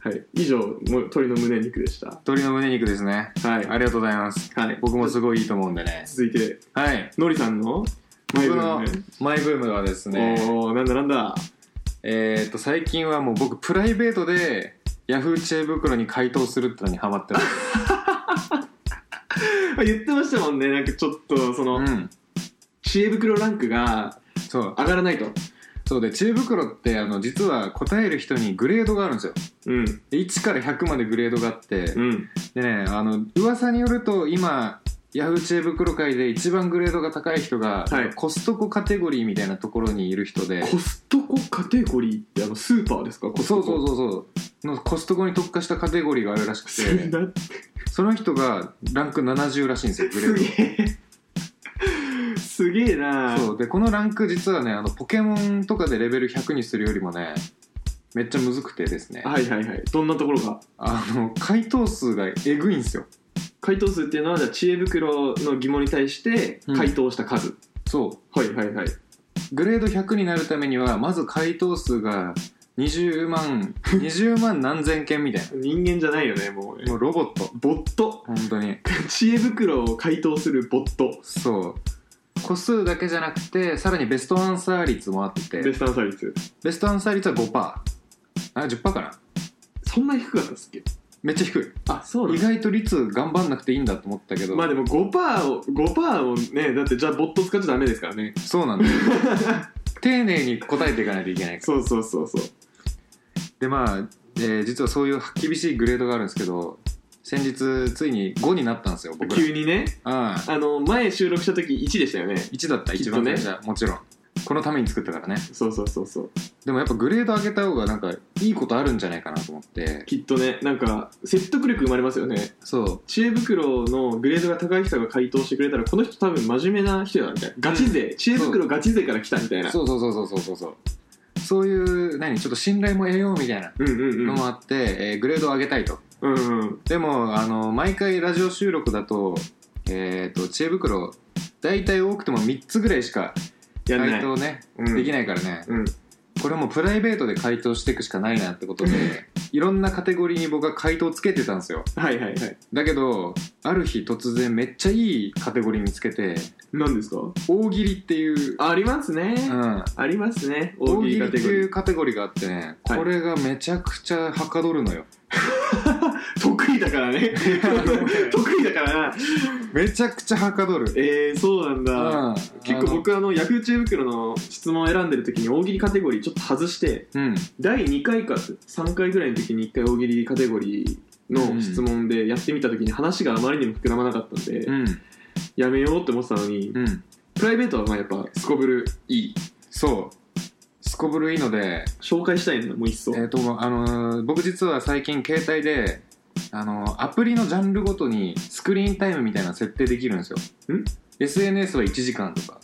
[SPEAKER 3] はい以上も鶏の胸肉でした
[SPEAKER 2] 鶏の胸肉ですね
[SPEAKER 3] はい、
[SPEAKER 2] ありがとうございます
[SPEAKER 3] はい、
[SPEAKER 2] 僕もすごいいいと思うんでね
[SPEAKER 3] 続いて
[SPEAKER 2] はい
[SPEAKER 3] のりさんの
[SPEAKER 2] 僕
[SPEAKER 3] マ
[SPEAKER 2] の
[SPEAKER 3] イブーム
[SPEAKER 2] マイブームはですね、
[SPEAKER 3] おおなんだなんだ
[SPEAKER 2] えー、と最近はもう僕プライベートでヤフー知恵袋に回答するってのにハマってます、
[SPEAKER 3] あ言ってましたもんねなんかちょっとその、
[SPEAKER 2] うん、
[SPEAKER 3] 知恵袋ランクが
[SPEAKER 2] そう
[SPEAKER 3] 上がらないと
[SPEAKER 2] そうで知恵袋ってあの実は答える人にグレードがあるんですよ
[SPEAKER 3] うん
[SPEAKER 2] で1から100までグレードがあって、
[SPEAKER 3] うん
[SPEAKER 2] でねあの噂によると今ヤフー知恵袋界で一番グレードが高い人が、
[SPEAKER 3] はい
[SPEAKER 2] コストコカテゴリーみたいなところにいる人で
[SPEAKER 3] コストコカテゴリーってあのスーパーですかコスト
[SPEAKER 2] そうそう
[SPEAKER 3] コ
[SPEAKER 2] そうそうのコストコに特化したカテゴリーがあるらしく
[SPEAKER 3] す
[SPEAKER 2] て
[SPEAKER 3] な
[SPEAKER 2] その人がランク70らしいんですよグレ
[SPEAKER 3] す
[SPEAKER 2] ード
[SPEAKER 3] げえすげえな
[SPEAKER 2] そうでこのランク実はねあのポケモンとかでレベル100にするよりもねめっちゃむずくてですね
[SPEAKER 3] はいはいはいどんなところが
[SPEAKER 2] あの回答数がえぐいんですよ
[SPEAKER 3] 回答数っていうのはじゃあ知恵袋の疑問に対して
[SPEAKER 2] うん
[SPEAKER 3] 回答した数、
[SPEAKER 2] そ
[SPEAKER 3] はいはいはいう
[SPEAKER 2] グレード100になるためにはまず回答数が20万 20万何千件みたい
[SPEAKER 3] 人間じゃないよねもう
[SPEAKER 2] なもうロボット
[SPEAKER 3] ボット
[SPEAKER 2] 本当に
[SPEAKER 3] 知恵袋を回答するボット
[SPEAKER 2] そう個数だけじゃなくてさらにベストアンサー率もあって
[SPEAKER 3] ベストアンサー率
[SPEAKER 2] ベストアンサー率は5%あ10%かな
[SPEAKER 3] そんな低かったっすっけ
[SPEAKER 2] めっちゃ低い
[SPEAKER 3] あそう
[SPEAKER 2] 意外と率頑張んなくていいんだと思ったけど
[SPEAKER 3] まあでも5%を5%をねだってじゃあボット使っちゃダメですからね
[SPEAKER 2] そうなんだよ丁寧に答えていかないといけないから
[SPEAKER 3] そうそうそうそう
[SPEAKER 2] でまあ、えー実はそういう厳しいグレードがあるんですけど先日ついに5になったんですよ僕ら
[SPEAKER 3] 急にね
[SPEAKER 2] ああ
[SPEAKER 3] あの前収録した時1でしたよね
[SPEAKER 2] 1だった
[SPEAKER 3] きっ
[SPEAKER 2] 一
[SPEAKER 3] と
[SPEAKER 2] 番
[SPEAKER 3] ね
[SPEAKER 2] 最初はもちろんこのために作ったからね
[SPEAKER 3] そうそうそうそう
[SPEAKER 2] でもやっぱグレード上げた方がなんかいいことあるんじゃないかなと思って
[SPEAKER 3] きっとねなんか説得力生まれますよね
[SPEAKER 2] そう
[SPEAKER 3] 知恵袋のグレードが高い人が回答してくれたらこの人多分真面目な人だみたいなガチ勢、知恵袋ガチ勢から来たみたいな
[SPEAKER 2] そうそうそうそうそうそうそうそういう何ちょっと信頼も得ようみたいな
[SPEAKER 3] うんうんう
[SPEAKER 2] の
[SPEAKER 3] ん
[SPEAKER 2] もあって、えーグレードを上げたいと
[SPEAKER 3] うんうん
[SPEAKER 2] でもあの毎回ラジオ収録だと,、えー、と知恵袋大体多くても3つぐらいしか
[SPEAKER 3] やんな
[SPEAKER 2] 回
[SPEAKER 3] い、
[SPEAKER 2] 答ね、
[SPEAKER 3] うん
[SPEAKER 2] できないからね、
[SPEAKER 3] うん、
[SPEAKER 2] これはもうプライベートで回答していくしかないなってことでいろんなカテゴリーに僕は回答つけてたんですよ
[SPEAKER 3] はいはいはい
[SPEAKER 2] だけどある日突然めっちゃいいカテゴリー見つけて
[SPEAKER 3] 何ですか
[SPEAKER 2] 大喜利っていう、
[SPEAKER 3] ありますね、
[SPEAKER 2] うん、
[SPEAKER 3] ありますね
[SPEAKER 2] 大
[SPEAKER 3] 大喜
[SPEAKER 2] 喜
[SPEAKER 3] 利
[SPEAKER 2] 利
[SPEAKER 3] カ
[SPEAKER 2] って
[SPEAKER 3] テゴリ
[SPEAKER 2] い
[SPEAKER 3] ー
[SPEAKER 2] うカテゴリーがあってね
[SPEAKER 3] はい
[SPEAKER 2] これがめちゃくちゃはかどるのよ、
[SPEAKER 3] 得意だから ね得意だからな
[SPEAKER 2] めちゃくちゃはかどる
[SPEAKER 3] えー、そうなんだ、
[SPEAKER 2] うん
[SPEAKER 3] 結構僕あのヤフー知恵袋の質問を選んでる時に大喜利カテゴリーちょっと外して
[SPEAKER 2] あのうん
[SPEAKER 3] 第2回か3回ぐらいの時に1回大喜利カテゴリーの質問でやってみた時に話があまりにも膨らまなかったんで、
[SPEAKER 2] うん
[SPEAKER 3] やめようって思ってたのに、
[SPEAKER 2] うん
[SPEAKER 3] プライベートはまあやっぱすこぶるいい
[SPEAKER 2] そうすこぶるいいので
[SPEAKER 3] 紹介したいんだもう一層、
[SPEAKER 2] えっ、とあのー僕実は最近携帯であのーアプリのジャンルごとにスクリーンタイムみたいなの設定できるんですよ
[SPEAKER 3] ん
[SPEAKER 2] SNS は1時間とか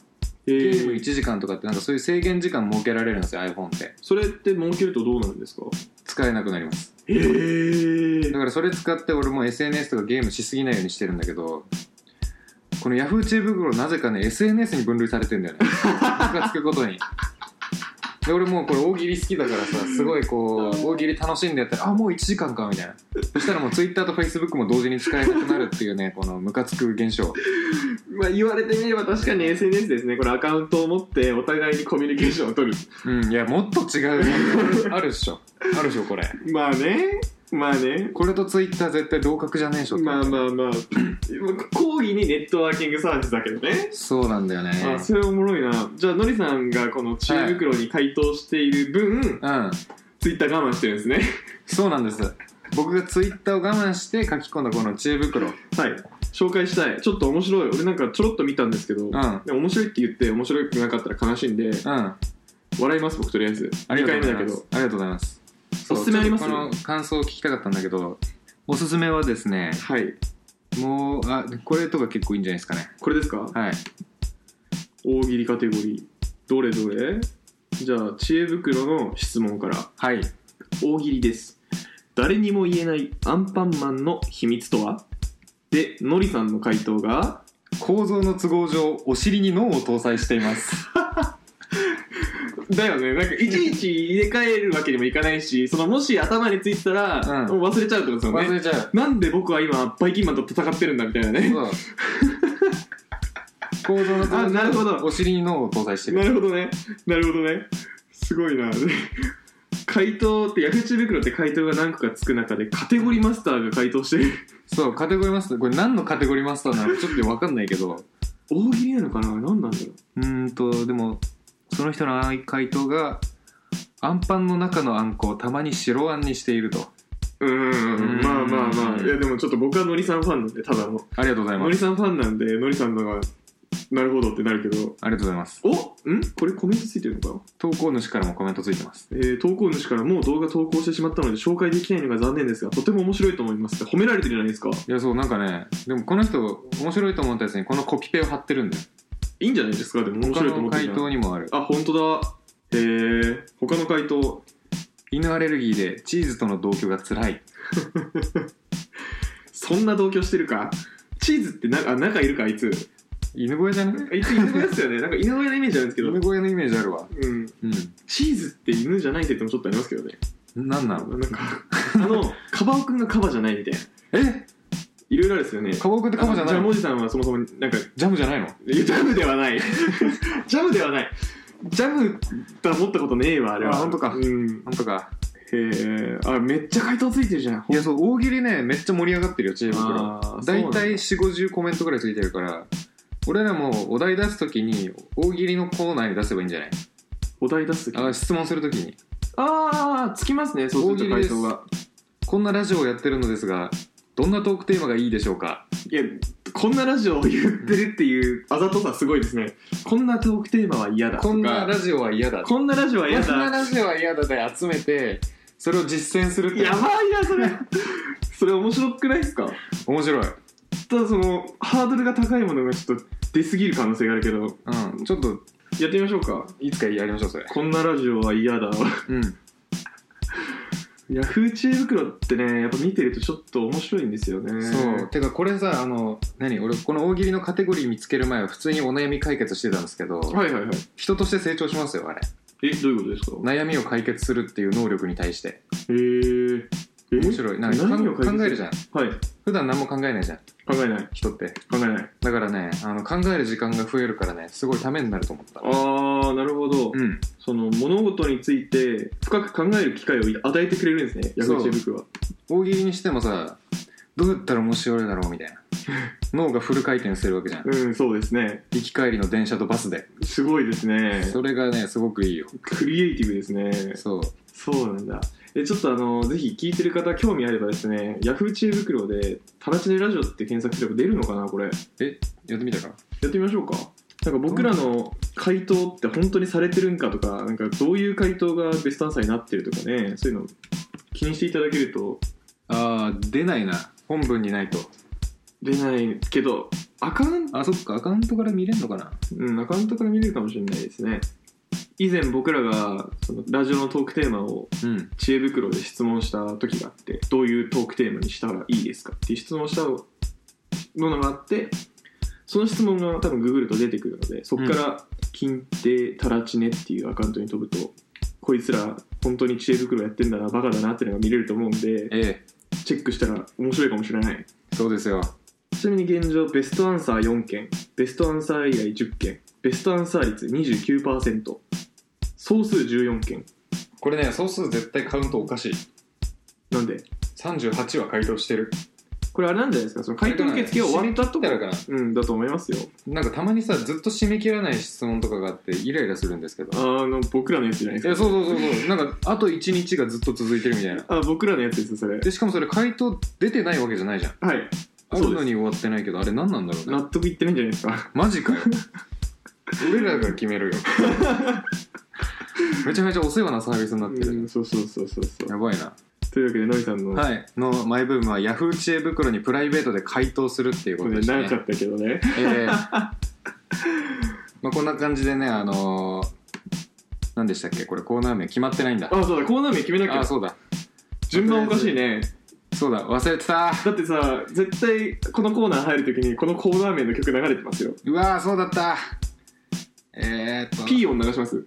[SPEAKER 3] え
[SPEAKER 2] ゲ
[SPEAKER 3] ー
[SPEAKER 2] ーム1時間とかってなんかそういう制限時間設けられるんですよ iPhone って
[SPEAKER 3] それって儲けるとどうなるんですか
[SPEAKER 2] 使えなくなります
[SPEAKER 3] へえ
[SPEAKER 2] だからそれ使って俺も SNS とかゲームしすぎないようにしてるんだけどこの Yahoo 知恵袋なぜかね SNS に分類されてんだよねムカつくことにで俺もうこれ大喜利好きだからさすごいこう大喜利楽しんでやったらあもう1時間かみたいなそしたらもう Twitter と Facebook も同時に使えなくなるっていうねこのムカつく現象
[SPEAKER 3] まあ言われてみれば確かに SNS ですねこれアカウントを持ってお互いにコミュニケーションを取る
[SPEAKER 2] うんいやもっと違うねあるっしょあるっしょこれ
[SPEAKER 3] まあねまあね
[SPEAKER 2] これと Twitter 絶対同格じゃねえでしょって
[SPEAKER 3] まあまあまあ講義にネットワーキングサービスだけどね
[SPEAKER 2] そうなんだよね
[SPEAKER 3] あそれおもろいなじゃあのりさんがこの知恵袋に回答している分、
[SPEAKER 2] うん
[SPEAKER 3] ツイッター我慢してるんですね
[SPEAKER 2] そうなんです僕がツイッターを我慢して書き込んだこの知恵袋
[SPEAKER 3] はい紹介したいちょっと面白い俺なんかちょろっと見たんですけど、
[SPEAKER 2] うん
[SPEAKER 3] でも面白いって言って面白くなかったら悲しいんで
[SPEAKER 2] うん
[SPEAKER 3] 笑います僕とりあえず
[SPEAKER 2] あり
[SPEAKER 3] 2
[SPEAKER 2] がと
[SPEAKER 3] 回目
[SPEAKER 2] う
[SPEAKER 3] だけ
[SPEAKER 2] ございま
[SPEAKER 3] ど
[SPEAKER 2] すありがとうございます
[SPEAKER 3] おすすめあります
[SPEAKER 2] そうちょっとこの感想を聞きたかったんだけどおすすめはですね
[SPEAKER 3] はい
[SPEAKER 2] もうあこれとか結構いいんじゃないですかね
[SPEAKER 3] これですか
[SPEAKER 2] はい
[SPEAKER 3] 大喜利カテゴリーどれどれじゃあ知恵袋の質問から
[SPEAKER 2] はい
[SPEAKER 3] 大喜利です誰にも言えないアンパンマンの秘密とはでのりさんの回答が
[SPEAKER 2] 構造の都合上お尻に脳を搭載しています
[SPEAKER 3] だよねなんかいちいち入れ替えるわけにもいかないしそのもし頭についてたら、
[SPEAKER 2] うん
[SPEAKER 3] もう忘れちゃうってことですよ
[SPEAKER 2] 忘
[SPEAKER 3] ね
[SPEAKER 2] れちゃう
[SPEAKER 3] なんで僕は今バイキンマンと戦ってるんだみたいなね
[SPEAKER 2] そう構造の都合上
[SPEAKER 3] あなるほど
[SPEAKER 2] お尻に脳を搭載して
[SPEAKER 3] な
[SPEAKER 2] る
[SPEAKER 3] るほどね。なるほどね。すごいな。回答って、ヤフチ袋って回答が何個かつく中で、カテゴリーマスターが回答してる。
[SPEAKER 2] そうカテゴリーマスターこれ何のカテゴリーマスターなのかちょっと分かんないけど
[SPEAKER 3] 大喜利なのかな何なんだろう。
[SPEAKER 2] うーんとでもその人の回答があんパンの中のあんこをたまに白あんにしていると
[SPEAKER 3] うーん、まあまあまあ。いや、でもちょっと僕はのりさんファンなんで、ただの。
[SPEAKER 2] ありがとうござい
[SPEAKER 3] の
[SPEAKER 2] ま
[SPEAKER 3] り
[SPEAKER 2] す
[SPEAKER 3] さんファンなんで、のりさんのが、なるほどってなるけど。
[SPEAKER 2] ありがとうございます
[SPEAKER 3] おんこれコメントついてるのかな
[SPEAKER 2] 投稿主からもコメントついてます
[SPEAKER 3] えー、投稿主からもう動画投稿してしまったので紹介できないのが残念ですが、とても面白いと思いますって褒められてるじゃないですか。
[SPEAKER 2] いやそうなんかねでもこの人面白いと思ったやつにこのコピペを貼ってるんだよ
[SPEAKER 3] いいんじゃないですかでも面
[SPEAKER 2] 他
[SPEAKER 3] 白いと思
[SPEAKER 2] の
[SPEAKER 3] ってる
[SPEAKER 2] 回
[SPEAKER 3] じゃん
[SPEAKER 2] 答にもある
[SPEAKER 3] あ、本当だ。えー、他の回答。
[SPEAKER 2] 犬アレルギーでチーズとの同居が辛い
[SPEAKER 3] そんな同居してるかチーズってなあ中いるかあいつ。
[SPEAKER 2] 犬小屋じゃない
[SPEAKER 3] あいつ犬小屋っすよね。なんか犬小屋のイメージあるんですけど。
[SPEAKER 2] 犬小屋のイメージあるわ
[SPEAKER 3] うん。
[SPEAKER 2] うん
[SPEAKER 3] チーズって犬じゃないって言ってもちょっとありますけどね。
[SPEAKER 2] なんな
[SPEAKER 3] あ
[SPEAKER 2] の
[SPEAKER 3] なんか、あの、カバオくんがカバじゃないみたいな。
[SPEAKER 2] え
[SPEAKER 3] いろいろあるですよね。
[SPEAKER 2] カバオくんってカバじゃな
[SPEAKER 3] あ
[SPEAKER 2] い
[SPEAKER 3] のジャム
[SPEAKER 2] の
[SPEAKER 3] おじさんはそもそも、なんか、
[SPEAKER 2] ジャムじゃないの
[SPEAKER 3] いやジャムではない。 ジャムではない。ジャムとは思ったことねえわ、あれは。
[SPEAKER 2] あ本当か
[SPEAKER 3] うん。
[SPEAKER 2] なんとか
[SPEAKER 3] へえ。あ、めっちゃ回答ついてるじゃん。
[SPEAKER 2] いやそう大喜利ねめっちゃ盛り上がってるよチーム袋
[SPEAKER 3] あー
[SPEAKER 2] 大体
[SPEAKER 3] そ
[SPEAKER 2] 4 5 0コメントぐらいついてるから俺らもお題出すときに大喜利のコーナーに出せばいいんじゃないう
[SPEAKER 3] なんだお題出すとき
[SPEAKER 2] あ質問するときに
[SPEAKER 3] ああつきますねそうすると
[SPEAKER 2] 大
[SPEAKER 3] 回
[SPEAKER 2] 喜利です
[SPEAKER 3] 答が
[SPEAKER 2] こんなラジオをやってるのですがどんなトークテーマがいいでしょうか
[SPEAKER 3] いやこんなラジオを言ってるっていうあざとさすごいですねこんなトークテーマは嫌だとか
[SPEAKER 2] こんなラジオは嫌だ
[SPEAKER 3] こんなラジオは嫌
[SPEAKER 2] こんな
[SPEAKER 3] だ
[SPEAKER 2] ラジオは嫌だで集めてそれを実践するって
[SPEAKER 3] やばいなそれそれ面白くないですか
[SPEAKER 2] 面白い、
[SPEAKER 3] ただそのハードルが高いものがちょっと出過ぎる可能性があるけど
[SPEAKER 2] うん、ちょっと
[SPEAKER 3] やってみましょうか
[SPEAKER 2] いつかやりましょうそれ
[SPEAKER 3] こんなラジオは嫌だ
[SPEAKER 2] うん
[SPEAKER 3] ヤフー知恵袋ってねやっぱ見てるとちょっと面白いんですよね
[SPEAKER 2] そうてかこれさあの何俺この大喜利のカテゴリー見つける前は普通にお悩み解決してたんですけど
[SPEAKER 3] はいはいはい
[SPEAKER 2] 人として成長しますよあれ
[SPEAKER 3] えどういうことですか
[SPEAKER 2] 悩みを解決するっていう能力に対して
[SPEAKER 3] へーえ
[SPEAKER 2] 面白いなんか
[SPEAKER 3] 何を
[SPEAKER 2] 考
[SPEAKER 3] 解決
[SPEAKER 2] えるじゃん
[SPEAKER 3] はい
[SPEAKER 2] 普段何も考えないじゃん
[SPEAKER 3] 考えない
[SPEAKER 2] 人って
[SPEAKER 3] 考えない
[SPEAKER 2] だからねあの考える時間が増えるからねすごいためになると思った
[SPEAKER 3] ああなるほど、
[SPEAKER 2] うん
[SPEAKER 3] その物事について深く考える機会を与えてくれるんですねヤフー知恵袋は
[SPEAKER 2] 大喜利にしてもさどうやったら面白いだろうみた いな脳がフル回転するわけじゃん
[SPEAKER 3] うん、そうですね。
[SPEAKER 2] 行き帰りの電車とバスです
[SPEAKER 3] ごいですね。
[SPEAKER 2] それがねすごくいいよ
[SPEAKER 3] クリエイティブですね。
[SPEAKER 2] そう
[SPEAKER 3] そうなんだ。え、ちょっとあの、ぜひ聞いてる方、興味あればですね、Yahoo! 知恵袋で、タラチネラジオって検索すれば出るのかな、これ。
[SPEAKER 2] えやってみたか
[SPEAKER 3] やってみましょうか。なんか僕らの回答って本当にされてるんかとか、なんかどういう回答がベストアンサーになってるとかね、そういうの気にしていただけると
[SPEAKER 2] あー出ないな本文にないと
[SPEAKER 3] 出ないけど、アカウント、
[SPEAKER 2] あそっかアカウントから見れるのかな
[SPEAKER 3] うん、アカウントから見れるかもしれないですね。以前僕らがそのラジオのトークテーマを
[SPEAKER 2] うん
[SPEAKER 3] 知恵袋で質問した時があってどういうトークテーマにしたらいいですかっていう質問をしたものがあってその質問が多分ググると出てくるのでそこから「金亭たらちね」っていうアカウントに飛ぶと、こいつら本当に知恵袋やってんだなバカだなっていうのが見れると思うんで
[SPEAKER 2] え
[SPEAKER 3] チェックしたら面白いかもしれない
[SPEAKER 2] えそうですよ
[SPEAKER 3] ちなみに現状ベストアンサー4件ベストアンサー以外10件ベストアンサー率29%総数14件
[SPEAKER 2] これね総数絶対カウントおかしい
[SPEAKER 3] なんで
[SPEAKER 2] 38は回答してる
[SPEAKER 3] これあれなんじゃないですかその回答受付が終わったとこ
[SPEAKER 2] だから
[SPEAKER 3] うん、だと思いますよ。
[SPEAKER 2] なんかたまにさずっと締め切らない質問とかがあってイライラするんですけど
[SPEAKER 3] あの、僕らのやつじゃない
[SPEAKER 2] い
[SPEAKER 3] で
[SPEAKER 2] や
[SPEAKER 3] す
[SPEAKER 2] そうそうそうそうなんかあと1日がずっと続いてるみたいな
[SPEAKER 3] か。あ、僕らのやつです、それ。
[SPEAKER 2] でしかもそれ回答出てないわけじゃないじゃん
[SPEAKER 3] はい。
[SPEAKER 2] あるのに終わってないけどあれ何なんだろうね
[SPEAKER 3] 納得いってないんじゃないですか。
[SPEAKER 2] マ ジかよ俺らが決めるよめちゃめちゃお世話なサービスになって
[SPEAKER 3] う
[SPEAKER 2] る
[SPEAKER 3] ん、そうそうそうそうそう。
[SPEAKER 2] やばいな
[SPEAKER 3] というわけで、のりさんの、
[SPEAKER 2] はいのマイブームは Yahoo 知恵袋にプライベートで回答するっていうこ
[SPEAKER 3] ことれ
[SPEAKER 2] で
[SPEAKER 3] ね、
[SPEAKER 2] し
[SPEAKER 3] 長か
[SPEAKER 2] たね
[SPEAKER 3] ったけどね。
[SPEAKER 2] ええ まあこんな感じでねあのー、何でしたっけこれコーナー名決まってないんだ
[SPEAKER 3] あ、そうだ、コーナー名決めなき
[SPEAKER 2] あ
[SPEAKER 3] ゃ。
[SPEAKER 2] そうだ
[SPEAKER 3] 順番おかしいね。
[SPEAKER 2] そうだ忘れてた
[SPEAKER 3] だってさ、絶対、このコーナー入るときに、このコーナー名の曲流れてますよ。
[SPEAKER 2] うわーそうだったえー、っと
[SPEAKER 3] P 音流します。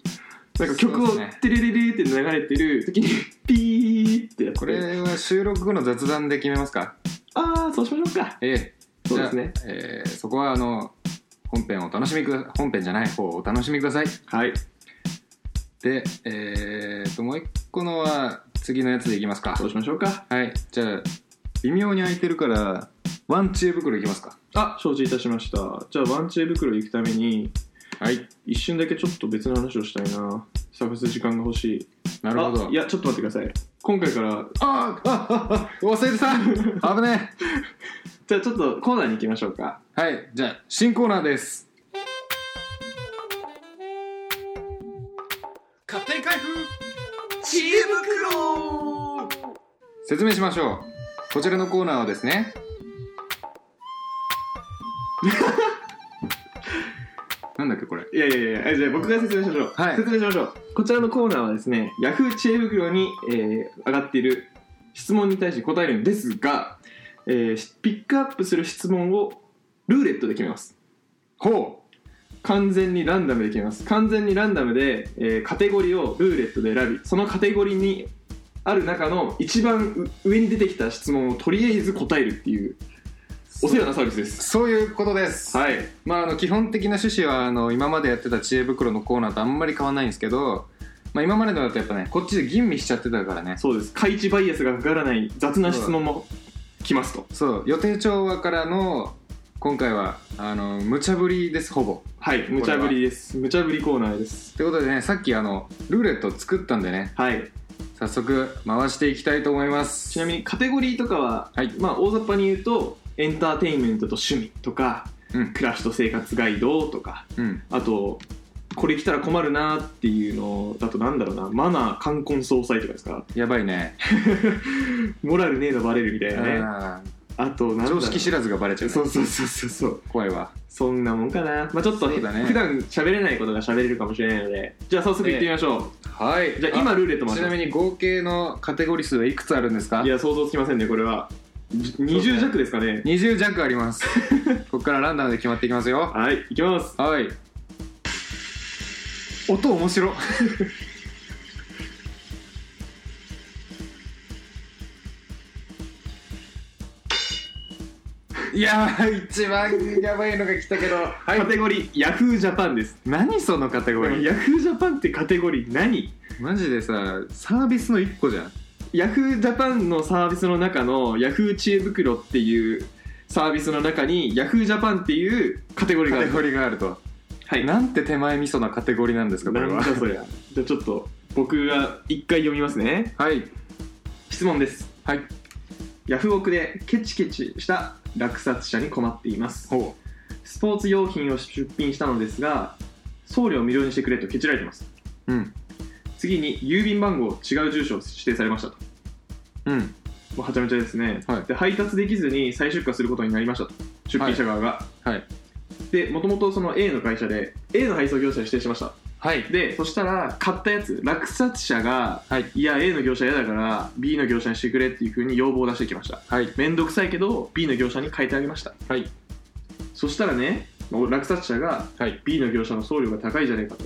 [SPEAKER 3] なんか曲を
[SPEAKER 2] そうですね、
[SPEAKER 3] テレレレって流れてるときに、ピーってやって。
[SPEAKER 2] これは収録後の雑談で決めますか
[SPEAKER 3] あー、そうしましょうか。
[SPEAKER 2] ええ
[SPEAKER 3] そうですね。
[SPEAKER 2] じゃあえーそこはあの本編をお楽しみくだ本編じゃない方をお楽しみください
[SPEAKER 3] はい。
[SPEAKER 2] でえー、っともう一個のは次のやつでいきますか
[SPEAKER 3] そうしましょうか。
[SPEAKER 2] はいじゃあ微妙に空いてるからワン知恵袋いきますか
[SPEAKER 3] あ、承知いたしました。じゃあ、ワンチェ袋行くために、
[SPEAKER 2] はい
[SPEAKER 3] 一瞬だけちょっと別の話をしたいな探す時間が欲しい
[SPEAKER 2] な
[SPEAKER 3] な
[SPEAKER 2] るほど
[SPEAKER 3] いやちょっと待ってください今回から
[SPEAKER 2] ああああ忘れ てた危ね
[SPEAKER 3] じゃあちょっとコーナーに行きましょうか
[SPEAKER 2] えはいじゃあ新コーナーです
[SPEAKER 1] 勝手に開封知恵袋
[SPEAKER 2] 説明しましょうこちらのコーナーはで すねなんだっけこれ
[SPEAKER 3] いやいやいやえじゃあ僕が説明しましょう、
[SPEAKER 2] はい
[SPEAKER 3] 説明しましょうこちらのコーナーはですね Yahoo 知恵袋に、えー上がっている質問に対して答えるんですが、えーピックアップする質問をルーレットで決めます
[SPEAKER 2] ほ
[SPEAKER 3] 完全にランダムで決めます完全にランダムで、えーカテゴリーをルーレットで選びそのカテゴリーにある中の一番う上に出てきた質問をとりあえず答えるっていうお世話なサービスで
[SPEAKER 2] う
[SPEAKER 3] す
[SPEAKER 2] そういうことです、
[SPEAKER 3] はい
[SPEAKER 2] まああの基本的な趣旨はあの今までやってた知恵袋のコーナーとあんまり変わんないんですけど、まあ、今までのだとやっぱねこっちで吟味しちゃってたからね
[SPEAKER 3] そうです開示バイアスがかからない雑な質問も来ますと
[SPEAKER 2] そう予定調和からの今回はあの無茶ぶりですほぼ
[SPEAKER 3] はい無茶ぶりです無茶ぶりコーナーです
[SPEAKER 2] ということでねさっきあのルーレットを作ったんでね
[SPEAKER 3] はい
[SPEAKER 2] 早速回していきたいと思います
[SPEAKER 3] ちなみ
[SPEAKER 2] に
[SPEAKER 3] にカテゴリーとかは、
[SPEAKER 2] はい
[SPEAKER 3] まあ大雑把に言うとエンターテインメントと趣味とか
[SPEAKER 2] うん
[SPEAKER 3] 暮らしと生活ガイドとか
[SPEAKER 2] うん
[SPEAKER 3] あとこれ来たら困るなっていうのだとなんだろうなマナー冠婚葬祭とかです か
[SPEAKER 2] やばいね
[SPEAKER 3] モラルねえのバレるみたいなね
[SPEAKER 2] あー
[SPEAKER 3] あとなんだろう
[SPEAKER 2] 常識知らずがバレちゃうね
[SPEAKER 3] そうそうそうそうそう
[SPEAKER 2] 怖いわ
[SPEAKER 3] そんなもんかなまあちょっと、
[SPEAKER 2] そうだね
[SPEAKER 3] 普段喋れないことが喋れるかもしれないのでじゃあ早速行ってみましょう、
[SPEAKER 2] はい
[SPEAKER 3] じゃあ今ルーレット
[SPEAKER 2] あ
[SPEAKER 3] 回
[SPEAKER 2] ち
[SPEAKER 3] し
[SPEAKER 2] な
[SPEAKER 3] ます
[SPEAKER 2] みに合計のカテゴリー数はいくつあるんですか
[SPEAKER 3] いや想像つきませんねこれは20弱ですかね
[SPEAKER 2] 20弱あります ここからランダムで決まっていきますよ
[SPEAKER 3] はい行きます
[SPEAKER 2] はい音面白いやー一番やばいのが来たけどはい
[SPEAKER 3] カテゴリーヤフージャパンです
[SPEAKER 2] 何そのカテゴリー
[SPEAKER 3] ヤフージャパンってカテゴリー何
[SPEAKER 2] マジでさサービスの一個じゃん
[SPEAKER 3] ヤフージャパンのサービスの中のヤフー知恵袋っていうサービスの中にヤフージャパンっていうカテゴリーがあ
[SPEAKER 2] カテ
[SPEAKER 3] る
[SPEAKER 2] ゴリーがあると
[SPEAKER 3] はい
[SPEAKER 2] なんて手前味噌なカテゴリーなんですかこれ
[SPEAKER 3] なん
[SPEAKER 2] は
[SPEAKER 3] だそりゃじゃあちょっと僕が一回読みますね
[SPEAKER 2] はい
[SPEAKER 3] 質問です
[SPEAKER 2] はい
[SPEAKER 3] ヤフオクでケチケチした落札者に困っています
[SPEAKER 2] ほ
[SPEAKER 3] スポーツ用品を出品したのですが送料無料にしてくれとケチられてます
[SPEAKER 2] ううん
[SPEAKER 3] 次に郵便番号違う住所を指定されましたと
[SPEAKER 2] うん
[SPEAKER 3] もうはちゃめちゃですね、
[SPEAKER 2] はい
[SPEAKER 3] で配達できずに再出荷することになりましたと出品者側が、
[SPEAKER 2] はい
[SPEAKER 3] でもともとその A の会社で A の配送業者に指定しました
[SPEAKER 2] はい
[SPEAKER 3] でそしたら買ったやつ落札者が
[SPEAKER 2] はい
[SPEAKER 3] いや A の業者嫌だから B の業者にしてくれっていうふうに要望を出してきました
[SPEAKER 2] はい
[SPEAKER 3] めんどくさいけど B の業者に変えてあげました
[SPEAKER 2] はい
[SPEAKER 3] そしたらねまあ落札者が
[SPEAKER 2] はい
[SPEAKER 3] B の業者の送料が高いじゃねえかと、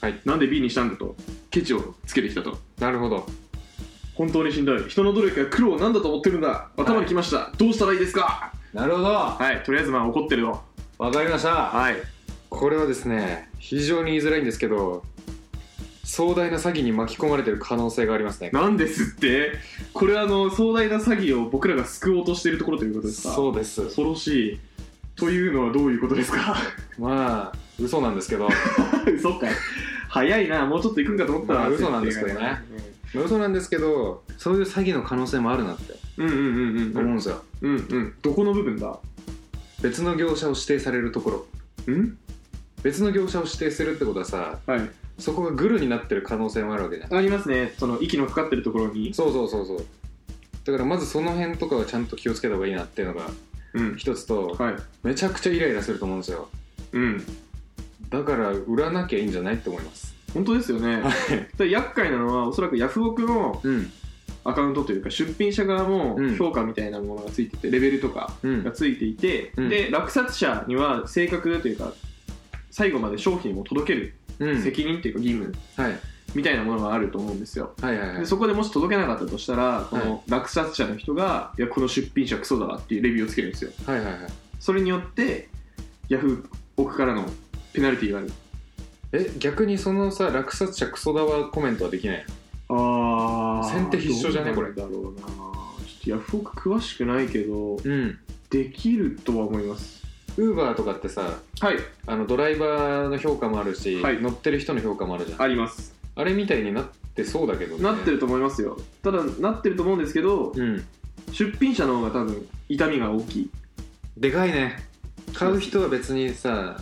[SPEAKER 2] はい
[SPEAKER 3] なんで B にしたんだとケチをつけてきたと
[SPEAKER 2] なるほど
[SPEAKER 3] 本当にしんどい人の努力が苦労をなんだと思ってるんだ頭にきました、どうしたらいいですか
[SPEAKER 2] なるほどわ
[SPEAKER 3] はいとりあえずまあ怒ってるの
[SPEAKER 2] かりました
[SPEAKER 3] はい
[SPEAKER 2] これはですね非常に言いづらいんですけど壮大な詐欺に巻き込まれてる可能性がありますね
[SPEAKER 3] なんですってこれはあの壮大な詐欺を僕らが救おうとしているところということですか
[SPEAKER 2] そうです
[SPEAKER 3] 恐ろしいというのはどういうことですか
[SPEAKER 2] まあ嘘なんですけど
[SPEAKER 3] 嘘か早いなもうちょっと行くんかと思ったら、
[SPEAKER 2] まあ嘘なんですけどね嘘なんですけどそういう詐欺の可能性もあるなって
[SPEAKER 3] うんうんうんうんう
[SPEAKER 2] 思うん
[SPEAKER 3] ん
[SPEAKER 2] ですよ、
[SPEAKER 3] うんうんどこの部分だ
[SPEAKER 2] 別の業者を指定されるところ
[SPEAKER 3] ん
[SPEAKER 2] 別の業者を指定するってことはさ
[SPEAKER 3] はい
[SPEAKER 2] そこがグルになってる可能性もあるわけじゃん
[SPEAKER 3] ありますねその息のかかってるところに
[SPEAKER 2] そうそうそうそうだからまずその辺とかはちゃんと気をつけた方がいいなっていうのが
[SPEAKER 3] うん
[SPEAKER 2] 一つと
[SPEAKER 3] はい
[SPEAKER 2] めちゃくちゃイライラすると思うんですよ
[SPEAKER 3] うん
[SPEAKER 2] だから売らなきゃいいんじゃないって思います
[SPEAKER 3] 本当ですよね
[SPEAKER 2] はい
[SPEAKER 3] ただ厄介なのはおそらくヤフオクの
[SPEAKER 2] うん
[SPEAKER 3] アカウントというか出品者側も
[SPEAKER 2] うん
[SPEAKER 3] 評価みたいなものがついててレベルとか
[SPEAKER 2] う
[SPEAKER 3] が
[SPEAKER 2] ん
[SPEAKER 3] ついていて、
[SPEAKER 2] うん
[SPEAKER 3] で落札者には正確というか最後まで商品を届ける
[SPEAKER 2] うん
[SPEAKER 3] 責任というか義務
[SPEAKER 2] はい
[SPEAKER 3] みたいなものがあると思うんですよ、
[SPEAKER 2] はいはいは
[SPEAKER 3] で
[SPEAKER 2] い
[SPEAKER 3] そこでもし届けなかったとしたらこ
[SPEAKER 2] は
[SPEAKER 3] の落札者の人が「いやこの出品者クソだわ」っていうレビューをつけるんですよ
[SPEAKER 2] はいはいはい
[SPEAKER 3] それによってヤフオクからのペナルティーがある
[SPEAKER 2] え逆にそのさ落札者クソだわコメントはできない
[SPEAKER 3] あ
[SPEAKER 2] ー先手必勝じゃね
[SPEAKER 3] これだろうなちょっとヤフオク詳しくないけど
[SPEAKER 2] うん
[SPEAKER 3] できるとは思います
[SPEAKER 2] ウーバーとかってさ
[SPEAKER 3] はい
[SPEAKER 2] あのドライバーの評価もあるし、
[SPEAKER 3] はい
[SPEAKER 2] 乗ってる人の評価もあるじゃんあ
[SPEAKER 3] あります
[SPEAKER 2] れみたいになってそうだけどね
[SPEAKER 3] なってると思いますよただなってると思うんですけど
[SPEAKER 2] うん
[SPEAKER 3] 出品者の方が多分痛みが大きい
[SPEAKER 2] でかいね買う人は別にさ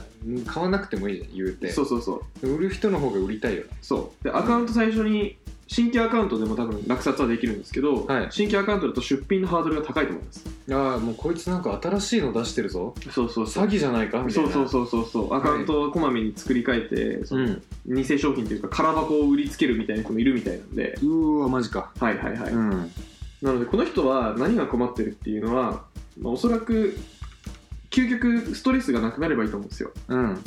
[SPEAKER 2] 買わなくてもいいじゃん言うて
[SPEAKER 3] そうそうそう
[SPEAKER 2] 売る人の方が売りたいよね
[SPEAKER 3] そうでアカウント最初に新規アカウントでも多分落札はできるんですけど、
[SPEAKER 2] はい
[SPEAKER 3] 新規アカウントだと出品のハードルが高いと思います
[SPEAKER 2] ああもうこいつなんか新しいの出してるぞ
[SPEAKER 3] そうそうそ
[SPEAKER 2] 詐
[SPEAKER 3] う
[SPEAKER 2] 欺じゃないかみたい
[SPEAKER 3] そ
[SPEAKER 2] な
[SPEAKER 3] うそうそうそうそうアカウントをこまめに作り変えて、その
[SPEAKER 2] ん
[SPEAKER 3] 偽商品というか空箱を売りつけるみたいな人もいるみたいなんで
[SPEAKER 2] うーわマジか
[SPEAKER 3] はいはいはい、
[SPEAKER 2] うん
[SPEAKER 3] なのでこの人は何が困ってるっていうのは、まあおそらく究極ストレスがなくなればいいと思うんですよ
[SPEAKER 2] うん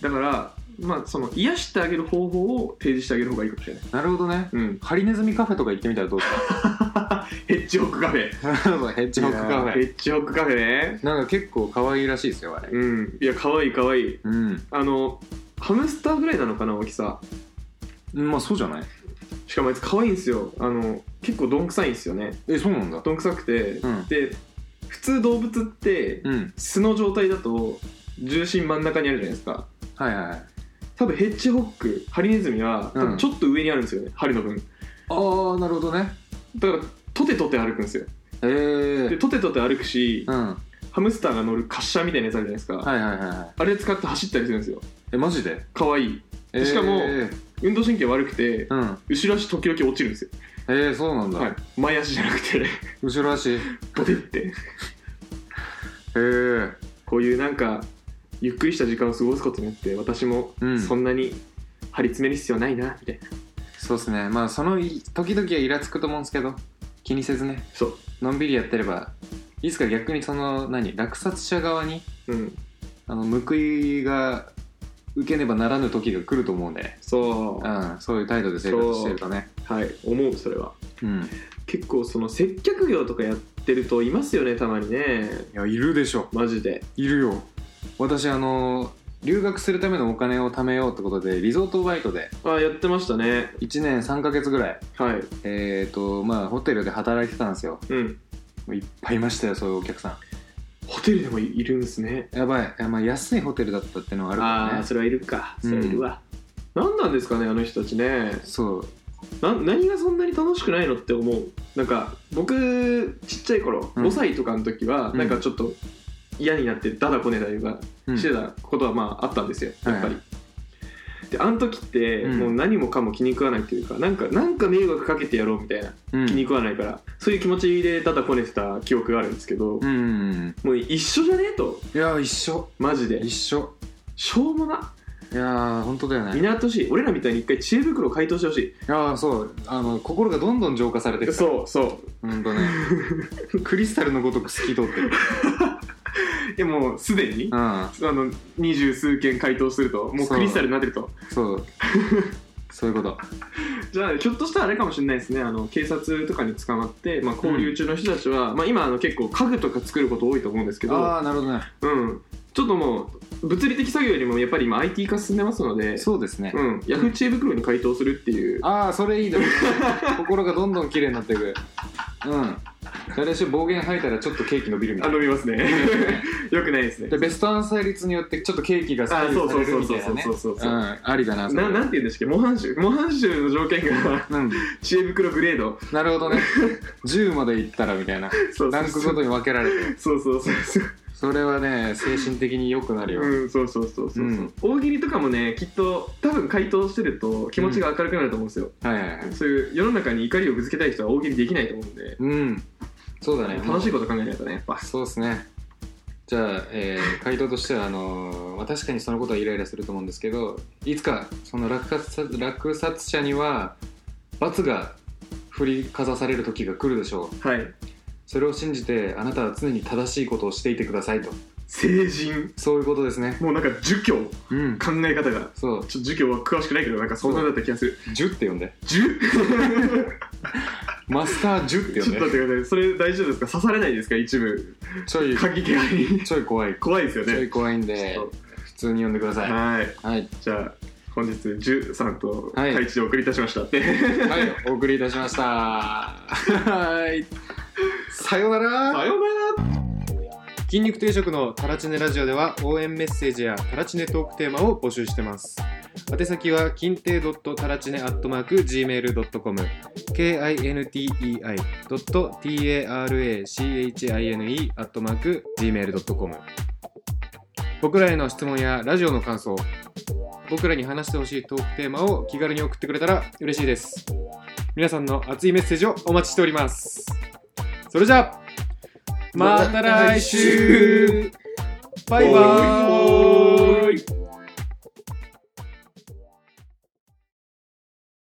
[SPEAKER 3] だからまあその癒してあげる方法を提示してあげる方がいいかもしれない
[SPEAKER 2] なるほどね
[SPEAKER 3] うん
[SPEAKER 2] ハリネズミカフェとか行ってみたらどうです
[SPEAKER 3] ヘッジホックカフェ
[SPEAKER 2] か ヘッジホックカフ
[SPEAKER 3] ヘ
[SPEAKER 2] ェ
[SPEAKER 3] ッジホックカフェね
[SPEAKER 2] なんか結構可愛いらしいですよあれ
[SPEAKER 3] うんいや可愛い可愛い
[SPEAKER 2] うん
[SPEAKER 3] あのハムスターぐらいなのかな大きさ
[SPEAKER 2] まあそうじゃない
[SPEAKER 3] しかもあいつ可愛いんですよあの結構どんくさいんですよね
[SPEAKER 2] えそうなんだ
[SPEAKER 3] どんくさくて、
[SPEAKER 2] うん
[SPEAKER 3] で普通動物って
[SPEAKER 2] うん
[SPEAKER 3] 素の状態だと重心真ん中にあるじゃないですか
[SPEAKER 2] はいはいはい
[SPEAKER 3] 多分ヘッジホックハリネズミは多
[SPEAKER 2] うん
[SPEAKER 3] 分ちょっと上にあるんですよね、春の分
[SPEAKER 2] ああなるほどね
[SPEAKER 3] だからとてとて歩くんですよ
[SPEAKER 2] ええ
[SPEAKER 3] でとてとて歩くし、
[SPEAKER 2] うんは
[SPEAKER 3] ハムスターが乗る滑車みたいなやつあるじゃないですか、
[SPEAKER 2] いはいはいはい
[SPEAKER 3] あれ使って走ったりするんですよ
[SPEAKER 2] えマジで
[SPEAKER 3] 可愛い
[SPEAKER 2] えー
[SPEAKER 3] しかも運動神経悪くて
[SPEAKER 2] うん
[SPEAKER 3] 後ろ足時々落ちるんですよ、
[SPEAKER 2] えー、そうなんだ、
[SPEAKER 3] はい、前足じゃなくて
[SPEAKER 2] 後ろ足へ
[SPEAKER 3] ボテって
[SPEAKER 2] えー、
[SPEAKER 3] こういうなんかゆっくりした時間を過ごすことによって私も
[SPEAKER 2] うん
[SPEAKER 3] そんなに張り詰める必要ないなみたいな、
[SPEAKER 2] そうですねまあそのい時々はイラつくと思うんですけど気にせずね
[SPEAKER 3] そう
[SPEAKER 2] のんびりやってればいつか逆にその何落札者側に
[SPEAKER 3] うん
[SPEAKER 2] あの報いが受けねばならぬ時が来ると思うんで、、
[SPEAKER 3] そううん
[SPEAKER 2] そういう態度で生活してるとね
[SPEAKER 3] はい思うそれは
[SPEAKER 2] うん
[SPEAKER 3] 結構その接客業とかやってるといますよねたまにね
[SPEAKER 2] いやいるでしょ
[SPEAKER 3] マジで
[SPEAKER 2] いるよ私あの留学するためのお金を貯めようってことでリゾートバイトで
[SPEAKER 3] あやってましたね
[SPEAKER 2] 1年3ヶ月ぐらい
[SPEAKER 3] はい
[SPEAKER 2] えっ、とまあホテルで働いてたんですよ
[SPEAKER 3] うん
[SPEAKER 2] いっぱいいましたよそういうお客さ
[SPEAKER 3] ホテルでもいるんですね
[SPEAKER 2] んやばい、あまあ、安いホテルだったってのがあるか
[SPEAKER 3] あ
[SPEAKER 2] ら
[SPEAKER 3] あ
[SPEAKER 2] ね
[SPEAKER 3] それはいるか
[SPEAKER 2] う
[SPEAKER 3] そ
[SPEAKER 2] ん
[SPEAKER 3] れはいるわ、何なんですかねあの人たちね
[SPEAKER 2] そう
[SPEAKER 3] な何がそんなに楽しくないのって思うなんか僕ちっちゃい頃、
[SPEAKER 2] うん
[SPEAKER 3] 5歳とかの時は
[SPEAKER 2] うん
[SPEAKER 3] なんかちょっと嫌になってダダこねたりとか
[SPEAKER 2] うん
[SPEAKER 3] してたことはまああったんですよやっぱり、
[SPEAKER 2] は
[SPEAKER 3] であの時って
[SPEAKER 2] うん
[SPEAKER 3] もう何もかも気に食わないっていうか、なんかなんか迷惑かけてやろうみたいな
[SPEAKER 2] うん
[SPEAKER 3] 気に食わないから、そういう気持ちでダダこねてた記憶があるんですけど、
[SPEAKER 2] うんうんうん
[SPEAKER 3] もう一緒じゃねえと
[SPEAKER 2] いやー一緒
[SPEAKER 3] マジで
[SPEAKER 2] 一緒
[SPEAKER 3] しょうもない
[SPEAKER 2] やー本当だよね
[SPEAKER 3] みんなやってほしい俺らみたいに一回知恵袋を解凍してほし
[SPEAKER 2] いやーそうあの心がどんどん浄化されて
[SPEAKER 3] い
[SPEAKER 2] るから
[SPEAKER 3] そうそう
[SPEAKER 2] ほんとね クリスタルのごとく透き通ってる
[SPEAKER 3] でもうすでに、
[SPEAKER 2] う
[SPEAKER 3] あ
[SPEAKER 2] ん
[SPEAKER 3] の二十数件回答するともう
[SPEAKER 2] そう
[SPEAKER 3] クリスタルになってると
[SPEAKER 2] そうそういうこと
[SPEAKER 3] じゃあひょっとしたらあれかもしれないですねあの警察とかに捕まって、まあ、交流中の人たちは、まあ、今あの結構家具とか作ること多いと思うんですけど、
[SPEAKER 2] ああなるほどね
[SPEAKER 3] うん、ちょっともう物理的作業よりもやっぱり今 IT 化進んでますので
[SPEAKER 2] そうですね、
[SPEAKER 3] うん、ヤフー知恵袋に回答するっていう
[SPEAKER 2] ああそれいいですね心がどんどん綺麗になっていくうん誰しも暴言吐いたらちょっとケーキ伸びるみた
[SPEAKER 3] あ
[SPEAKER 2] いな
[SPEAKER 3] 伸びますね よくないですね
[SPEAKER 2] でベストアンサー率によってちょっとケーキが左右されるみたいなね
[SPEAKER 3] あそうそうそうそうそうそうそう
[SPEAKER 2] うんありだなそれ
[SPEAKER 3] ななんて言うんでしたっけ模範集模範集の条件が
[SPEAKER 2] うん
[SPEAKER 3] 知恵袋グレード
[SPEAKER 2] なるほどね10までいったらみたいな
[SPEAKER 3] そうそう
[SPEAKER 2] ランクごとに分けられて
[SPEAKER 3] そうそうそうそう
[SPEAKER 2] それはね精神的に良くなるよ、
[SPEAKER 3] うん、そうそうそうそう、う
[SPEAKER 2] うん
[SPEAKER 3] 大喜利とかもねきっと多分回答してると気持ちが明るくなると思うんですよ、
[SPEAKER 2] はいはいはい
[SPEAKER 3] そういう世の中に怒りをぶつけたい人は大喜利できないと思うんで、
[SPEAKER 2] うんそうだね
[SPEAKER 3] 楽しいこと考えないとねやっぱ
[SPEAKER 2] そうですねじゃあ、えー回答としてはあのーまあ、確かにそのことはイライラすると思うんですけどいつかその落札落札者には罰が振りかざされる時が来るでしょう
[SPEAKER 3] はい
[SPEAKER 2] それを信じてあなたは常に正しいことをしていてくださいと
[SPEAKER 3] 成人
[SPEAKER 2] そういうことですね
[SPEAKER 3] もうなんか儒教考
[SPEAKER 2] うん
[SPEAKER 3] え方が
[SPEAKER 2] そう
[SPEAKER 3] ちょっと儒教は詳しくないけどなんかそんなだった気がする
[SPEAKER 2] 「10」って呼 んで
[SPEAKER 3] 儒
[SPEAKER 2] 「マスター10」っ て
[SPEAKER 3] ちょっと待
[SPEAKER 2] 呼ん
[SPEAKER 3] っ
[SPEAKER 2] で
[SPEAKER 3] てくださいそれ大丈夫ですか刺されないですか一部
[SPEAKER 2] ちょい
[SPEAKER 3] 鍵気配に
[SPEAKER 2] ちょい怖い
[SPEAKER 3] 怖いですよ
[SPEAKER 2] ちょ
[SPEAKER 3] ね
[SPEAKER 2] い怖いんで
[SPEAKER 3] ちょっ
[SPEAKER 2] 普通に呼んでくだ
[SPEAKER 3] と
[SPEAKER 2] さい
[SPEAKER 3] はい
[SPEAKER 2] はい、
[SPEAKER 3] じゃあ本日ジュさんと
[SPEAKER 2] はい
[SPEAKER 3] 太一でお送りいたしました、
[SPEAKER 2] はい、お送りいたしましたはいさようなら
[SPEAKER 3] さようなら
[SPEAKER 4] 筋肉定食のタラチネラジオでは応援メッセージやタラチネトークテーマを募集してます宛先は金亭タラチネ gmail.com kintei.tarachine gmail.com 僕らへの質問やラジオの感想僕らに話してほしいトークテーマを気軽に送ってくれたら嬉しいです皆さんの熱いメッセージをお待ちしておりますそれじゃあまた来週バイバーイ